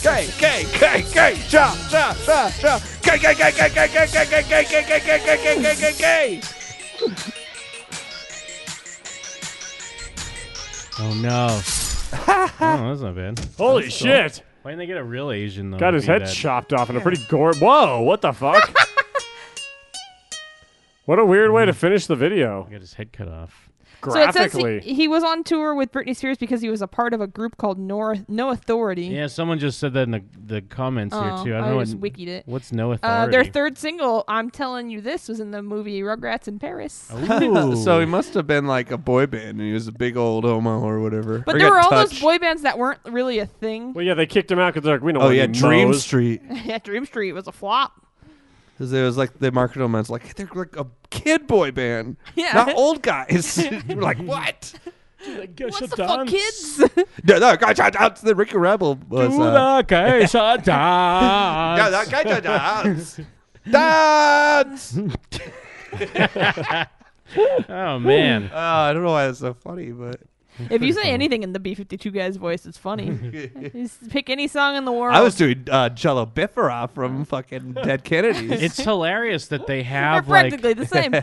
S11: Gay, gay, gay, gay. Shaw, shaw, shaw, shaw. Gay, gay, gay, gay, gay, gay, gay, gay, gay, gay, gay, gay, gay, gay, gay, gay.
S23: Oh no. oh, that's not bad.
S24: Holy
S23: That's cool.
S24: shit.
S23: Why didn't they get a real Asian though?
S24: Got
S23: to
S24: his
S23: do
S24: head
S23: that?
S24: chopped off in a pretty gore. Whoa, what the fuck? what a weird way to finish the video.
S23: Got his head cut off.
S22: so it says
S24: Graphically.
S22: he, he was on tour with Britney Spears because he was a part of a group called Nor- No Authority.
S23: Yeah, someone just said that in the, the comments
S22: Oh,
S23: here too. I don't
S22: I
S23: know
S22: just
S23: what,
S22: wikied it.
S23: What's no
S22: Uh,
S23: authority?
S22: their third single, "I'm Telling You This," was in the movie Rugrats in Paris.
S11: So he must have been like a boy band, and he was a big old homo or whatever.
S22: but
S11: Or
S22: there
S11: got
S22: were all
S11: touched.
S22: those boy bands that weren't really a thing.
S24: Well, yeah, they kicked him out because they're like, we don't
S11: Oh
S24: want
S11: yeah,
S24: you
S11: Dream
S24: Moes.
S11: Street.
S22: yeah, Dream Street was a flop.
S11: Because it was like they marketed them as like they're like a kid boy band,
S22: Yeah.
S11: not old guys. We're like what?
S22: What's the fuck, kids?
S11: No, no, guy shot out to the Ricky Rebel was.
S23: Do the
S11: uh,
S23: geisha dance.
S11: No, the geisha dance. Dance.
S23: oh man.
S11: Uh, I don't know why it's so funny, but
S22: if you say anything in the B52 guy's voice, it's funny. Just pick any song in the world.
S13: Um,
S11: I was doing uh, Jello Bifera from fucking Dead Kennedys.
S23: It's hilarious that they have
S22: practically the
S23: like
S22: same.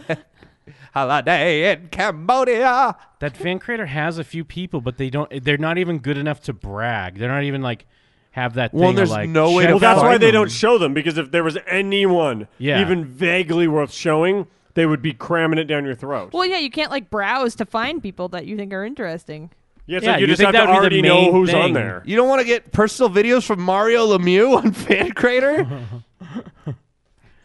S11: Holiday in Cambodia.
S23: That fan creator has a few people, but they don't. They're not even good enough to brag. They're not even like have that.
S11: Well,
S23: thing of,
S11: there's
S23: like,
S11: no way
S23: check
S11: to
S24: Well, that's
S23: out-
S24: why they don't show them because if there was anyone
S23: Yeah.
S24: even vaguely worth showing, they would be cramming it down your throat.
S22: Well, yeah, you can't like browse to find people that you think are interesting.
S24: Yeah, it's
S11: Yeah,
S24: like you,
S11: you
S24: just
S11: think
S24: have to
S11: that would
S24: already
S11: be the
S24: know
S11: main
S24: who's on
S11: thing.
S24: there.
S11: You don't want to get personal videos from Mario Lemieux on Fan Crater?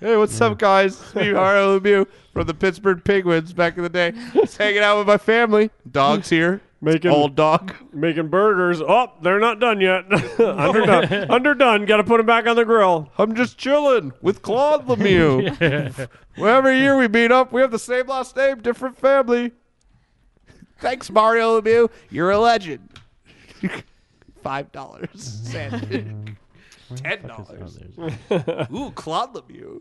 S11: hey, what's up, guys? It's me, Mario Lemieux from the Pittsburgh Penguins back in the day. Just hanging out with my family. Dog's here.
S24: Making
S11: Old dog.
S24: Making burgers. Oh, they're not done yet. Underdone. Underdone. Got to put them back on the grill.
S23: Oh,
S11: I'm just chilling with Claude Lemieux. Well, every year we meet up, we have the same last name, different family. Thanks, Mario Lemieux. You're a legend. Five dollars. Ten dollars. Ooh, Claude Lemieux.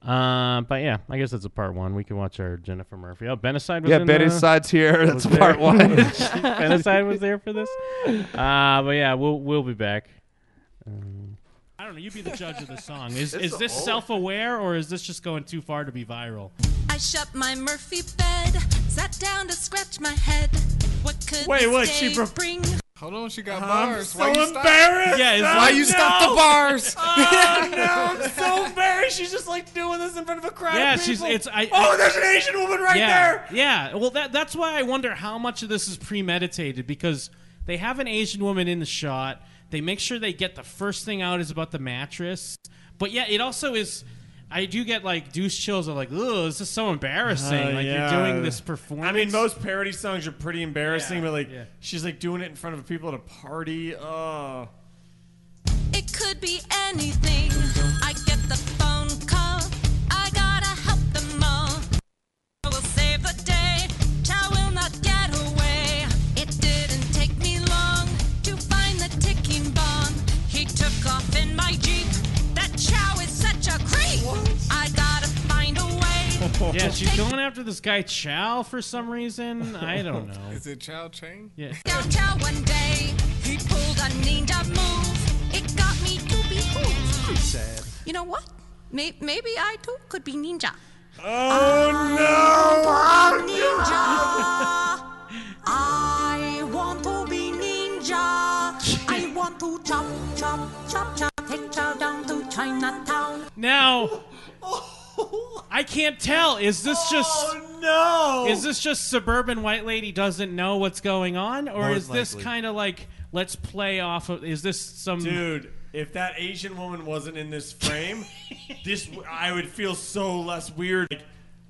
S23: Uh, but yeah, I guess that's a part one. We can watch our Jennifer Murphy. Oh, Benicide was
S11: Yeah,
S23: in,
S11: Benny's
S23: uh,
S11: side's here.
S23: was
S11: That's
S23: there.
S11: part one.
S23: Benicide was there for this. Uh, but yeah, we'll we'll be back.
S10: I don't know. You be the judge of the song. Is,
S23: It's
S10: is
S23: so
S10: this
S23: old.
S10: self-aware or is this just going too far to be viral?
S13: I shut my Murphy bed, sat down to scratch my head. What could
S10: Wait,
S13: this
S10: what?
S13: day
S10: She pro-
S13: bring? Hold on, she got
S10: bars.
S13: So
S10: Why you stop-
S13: embarrassed.
S10: Yeah, is
S13: Why
S10: that-
S13: you stop the
S10: No.
S13: bars?
S10: Oh, no, I'm
S13: so embarrassed.
S10: She's just like doing this in front of a crowd.
S13: of
S10: Yeah, she's
S13: people.
S10: it's. I,
S13: Oh,
S10: I-
S13: there's an Asian woman right
S10: yeah, there. Yeah, well, that that's why I wonder how much of this is premeditated because they have an Asian woman in the shot. They make sure they get the first thing out is about the mattress, but yeah, it also is. I do get like douche chills of like, ugh, this is so embarrassing.
S12: Uh,
S10: like
S12: yeah.
S10: you're doing this performance.
S12: I mean, most parody songs are pretty embarrassing, but like she's like doing it in front of people at a party. Oh,
S13: It could be anything. I get the phone call. I gotta help them all. I will save the day. Chow will not get away. It didn't take me long to find the ticking bomb. He took off in my jeep. That Chow is such a creep. I gotta find a way.
S10: yeah, she's going after this guy Chow for some reason. I don't know.
S19: Is it Chow Chang?
S10: Yeah.
S13: Down Chow one day. He pulled a ninja move. It got me to be ooh. You know what? May- Maybe I too could be ninja.
S12: oh
S13: I'm
S12: no!
S13: ninja. I want to be ninja. I want to chop, chop, chop, chop. Take chow down to Chinatown.
S10: Now, I can't tell. Is this just?
S12: Oh, no!
S10: Is this just suburban white lady doesn't know what's going on, or
S12: Most
S10: is this
S12: likely.
S10: kind of like let's play off of? Is this some
S12: Dude, if that Asian woman wasn't in this frame, this I would feel so less weird. Like,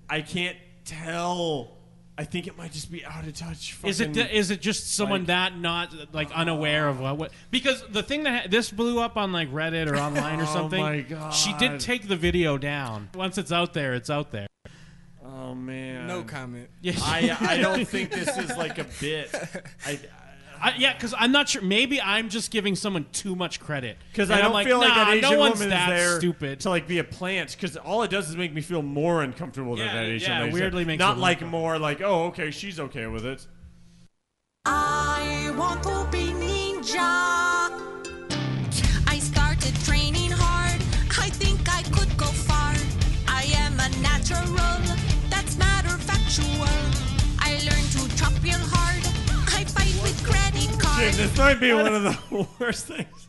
S12: I can't tell. I think it might just be out of touch.
S10: Is it
S12: fucking-
S10: is it just someone
S12: like-
S10: that not like unaware of what, what? Because the thing that ha- this blew up on like Reddit or online or
S12: Oh
S10: something.
S12: my
S10: She
S12: God.
S10: did take the video down. Once it's out there, it's out there.
S12: Oh man.
S19: No comment.
S10: Yeah.
S12: I I don't think this is like a bit. I
S10: I, yeah, because I'm not sure. Maybe I'm just giving someone too much credit.
S12: Because
S10: And
S12: I
S10: I'm
S12: don't feel like
S10: nah,
S12: an Asian
S10: no one's
S12: woman
S10: that
S12: is there
S10: stupid.
S12: to like be a plant. Because all it does is make me feel more uncomfortable than
S10: Yeah,
S12: that Asian
S10: yeah,
S12: lady's
S10: weirdly
S12: there.
S10: makes
S12: not
S10: it
S12: like more like oh okay she's okay with it.
S13: I want to be ninja. I started training hard. I think I could go far. I am a natural. That's matter factual. I learned to chop real hard. I fight with credit
S12: Jim,
S13: cards.
S12: this might be one of the worst things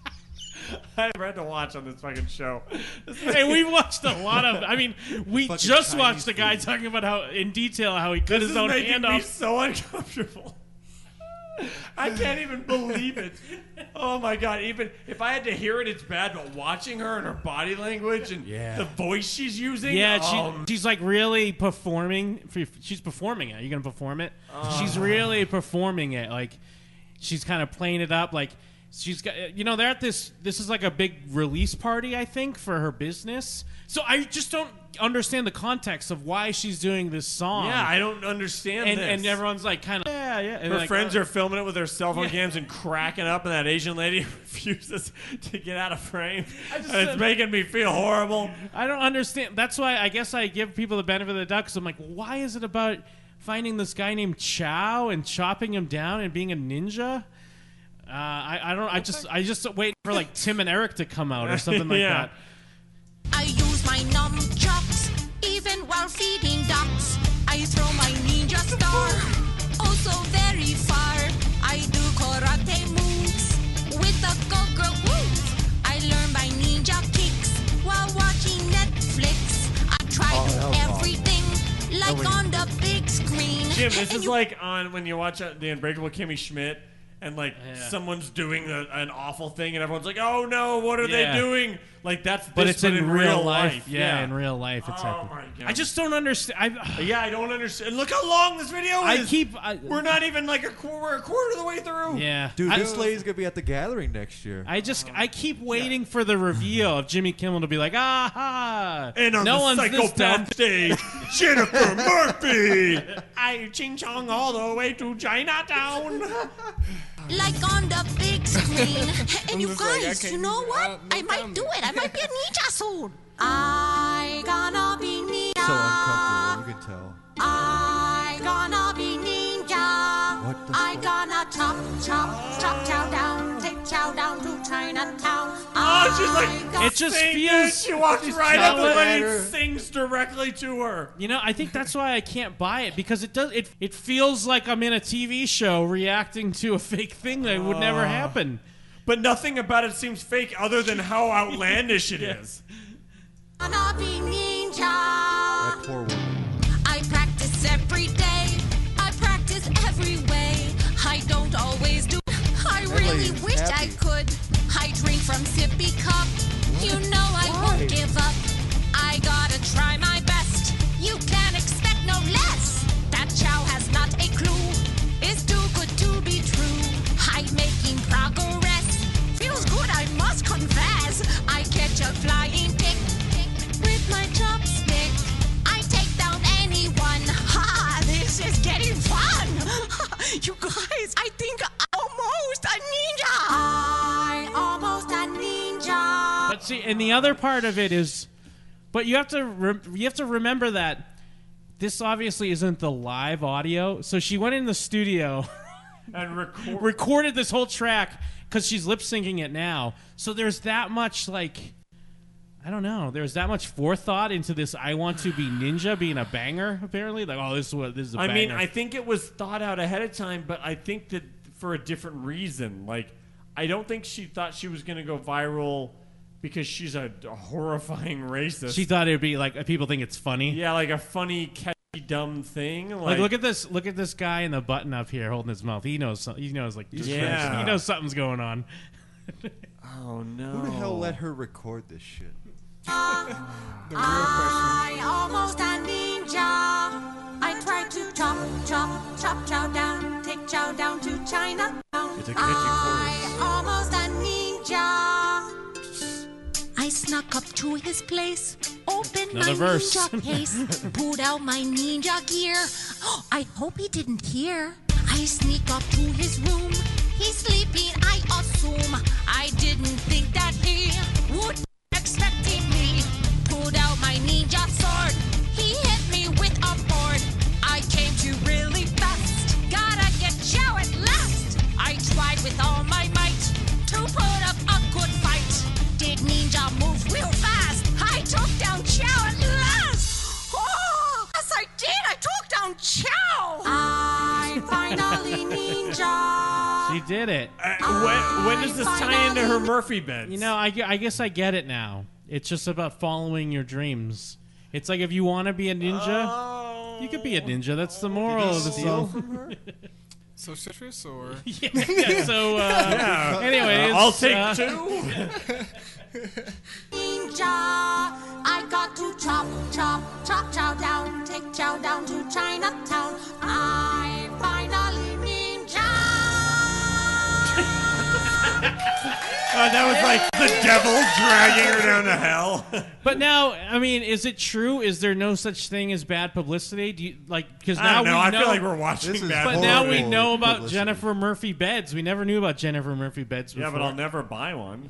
S12: I've ever had to watch on this fucking show. This
S10: hey, we watched a lot of. I mean, we
S12: Fucking
S10: just
S12: Chinese
S10: watched the guy talking about how in detail how he cut
S12: This
S10: his
S12: is
S10: own
S12: making
S10: hand
S12: me
S10: off.
S12: so uncomfortable. I can't even believe it. Oh my god! Even if I had to hear it, it's bad. But watching her and her body language and
S10: Yeah.
S12: the voice she's using,
S10: Yeah, she,
S12: um,
S10: she's like really performing. for- She's performing it. Are you gonna perform it?
S12: Uh.
S10: she's really performing it. Like she's kind of playing it up. Like she's got. You know, they're at this. This is like a big release party, I think, for her business. So I just don't understand the context of why she's doing this song.
S12: Yeah, I don't understand
S10: And,
S12: this.
S10: and everyone's like, kind of. Yeah, yeah. And
S12: her
S10: like,
S12: friends
S10: uh,
S12: are filming it with their cell phone
S10: Yeah.
S12: cams and cracking up, and that Asian lady refuses to get out of frame.
S10: I just
S12: and it's
S10: said-
S12: making me feel horrible.
S10: I don't understand. That's why I guess I give people the benefit of the doubt because I'm like, why is it about finding this guy named Chow and chopping him down and being a ninja? Uh, I, I don't. I just I just wait for like Tim and Eric to come out Oh, or something like
S12: Yeah.
S10: that.
S13: I use my nunchucks even while feeding ducks. I throw my ninja star also very far. I do karate moves with the go-go moves. I learn my ninja kicks while watching Netflix. I try
S12: Oh, that was
S13: to everything like
S12: wait.
S13: on the big screen.
S12: Jim, this
S13: And
S12: is
S13: you-
S12: like on when you watch uh, the Unbreakable Kimmy Schmidt, and like
S10: Yeah.
S12: someone's doing a, an awful thing, and everyone's like, "Oh no, what are
S10: Yeah.
S12: they doing?" Like that's
S10: But
S12: this,
S10: it's in, real, life. Yeah,
S12: yeah.
S10: in real life, it's
S12: Oh
S10: happening.
S12: my God.
S10: I just don't understand. I,
S12: yeah, I don't understand. Look how long this video
S10: I
S12: is.
S10: keep- I-
S12: we're not even like a quarter, we're a quarter of the way through.
S10: Yeah,
S11: Dude,
S10: I-
S11: this lady's gonna be at the gathering next year.
S10: I just I keep waiting for the reveal of Jimmy Kimmel to be like, ah ha,
S12: And on
S10: no
S12: the
S10: one's this dumb.
S12: psychopath stage, Jennifer Murphy. I ching chong all the way to Chinatown.
S13: like on the big screen. and you
S12: just like, I
S13: guys,
S12: can't
S13: you know
S12: even- uh,
S13: what? I might do it. I might be a ninja soon. I gonna be
S11: So
S13: ninja.
S11: uncomfortable, you can tell.
S13: I gonna be ninja.
S11: What the
S13: I gonna chop, chop, chop chow down, take chow down to Chinatown.
S12: Oh, she's like,
S10: It just
S12: sing
S10: feels-
S12: it. She walks
S10: She's
S12: right up
S10: telling
S12: and
S10: her.
S12: then sings directly to her.
S10: You know, I think that's why I can't buy it because it does. It it feels like I'm in a TV show reacting to a fake thing that would never
S12: Ah.
S10: happen.
S12: But nothing about it seems fake other than how outlandish it is.
S13: Gonna be ninja.
S11: That poor woman.
S13: I practice every day. I practice every way. I don't always do. I
S11: That
S13: really
S11: lady's
S13: wish I
S11: happy.
S13: could. I drink from sippy cup. You know I
S11: Why?
S13: won't give up. I gotta try my best. You can expect no less. That chow has not a clue. It's too good to be true. I'm making progress. Feels good, I must confess. I catch a flying pick with my chopstick. I take down anyone. Ha! This is getting fun. you guys, I think almost a ninja. I almost a ninja.
S10: But see, and the other part of it is, but you have to re- you have to remember that this obviously isn't the live audio. So she went in the studio.
S12: And record.
S10: recorded this whole track because she's lip syncing it now. So there's that much like. I don't know. There's that much forethought into this. I want to be ninja being a banger. Apparently, like, oh, this is what this is. A
S12: I mean,
S10: banger.
S12: I think it was thought out ahead of time, but I think that for a different reason. Like, I don't think she thought she was going to go viral because she's a, a horrifying racist.
S10: She thought it would be like people think it's funny.
S12: yeah, like a funny, catchy, dumb thing. Like,
S10: Like, look at this look at this guy in the button up here holding his mouth. He knows some- he knows like just-
S12: Yeah.
S10: he knows something's going on.
S12: oh no.
S11: Who the hell let her record this shit?
S13: I almost a ninja. I try to chop, chop, chop chow down, take chow down to China.
S11: It's a
S13: catchy I almost a ninja. I snuck up to his place, opened
S10: Another
S13: my
S10: verse.
S13: ninja case, pulled out my ninja gear. I hope he didn't hear. I sneak up to his room, He's sleeping, I assume. I didn't think that he would expecting me. Pulled out my ninja sword. He hit me with a board. I came to really fast. Gotta get you at last. I tried with all my might to put up a good fight. Did ninja move real fast? I took down Chow at last. Oh, yes I did. I took down Chow. I finally ninja.
S10: She did it.
S12: when- when does this tie into her Murphy bed?
S10: You know, I, gu- I guess I get it now. It's just about following your dreams. It's like if you want to be a ninja, you could be a ninja. That's the moral of the song.
S11: So citrus or
S10: yeah, yeah, so, uh, Yeah. anyways,
S12: I'll take
S10: uh,
S11: two.
S13: Ninja, I got to chop, chop, chop chow down, take chow down to Chinatown. I finally ninja.
S12: Uh, that was like the devil dragging her down to hell.
S10: But now, I mean, is it true? Is there no such thing as bad publicity? Do you like because
S12: I
S10: now
S12: don't know.
S10: we
S12: I
S10: know,
S12: feel like we're watching This is bad
S10: But now we
S12: horrible
S10: know about
S12: publicity.
S10: Jennifer Murphy beds. We never knew about Jennifer Murphy beds.
S12: Yeah,
S10: Before.
S12: but I'll never buy one.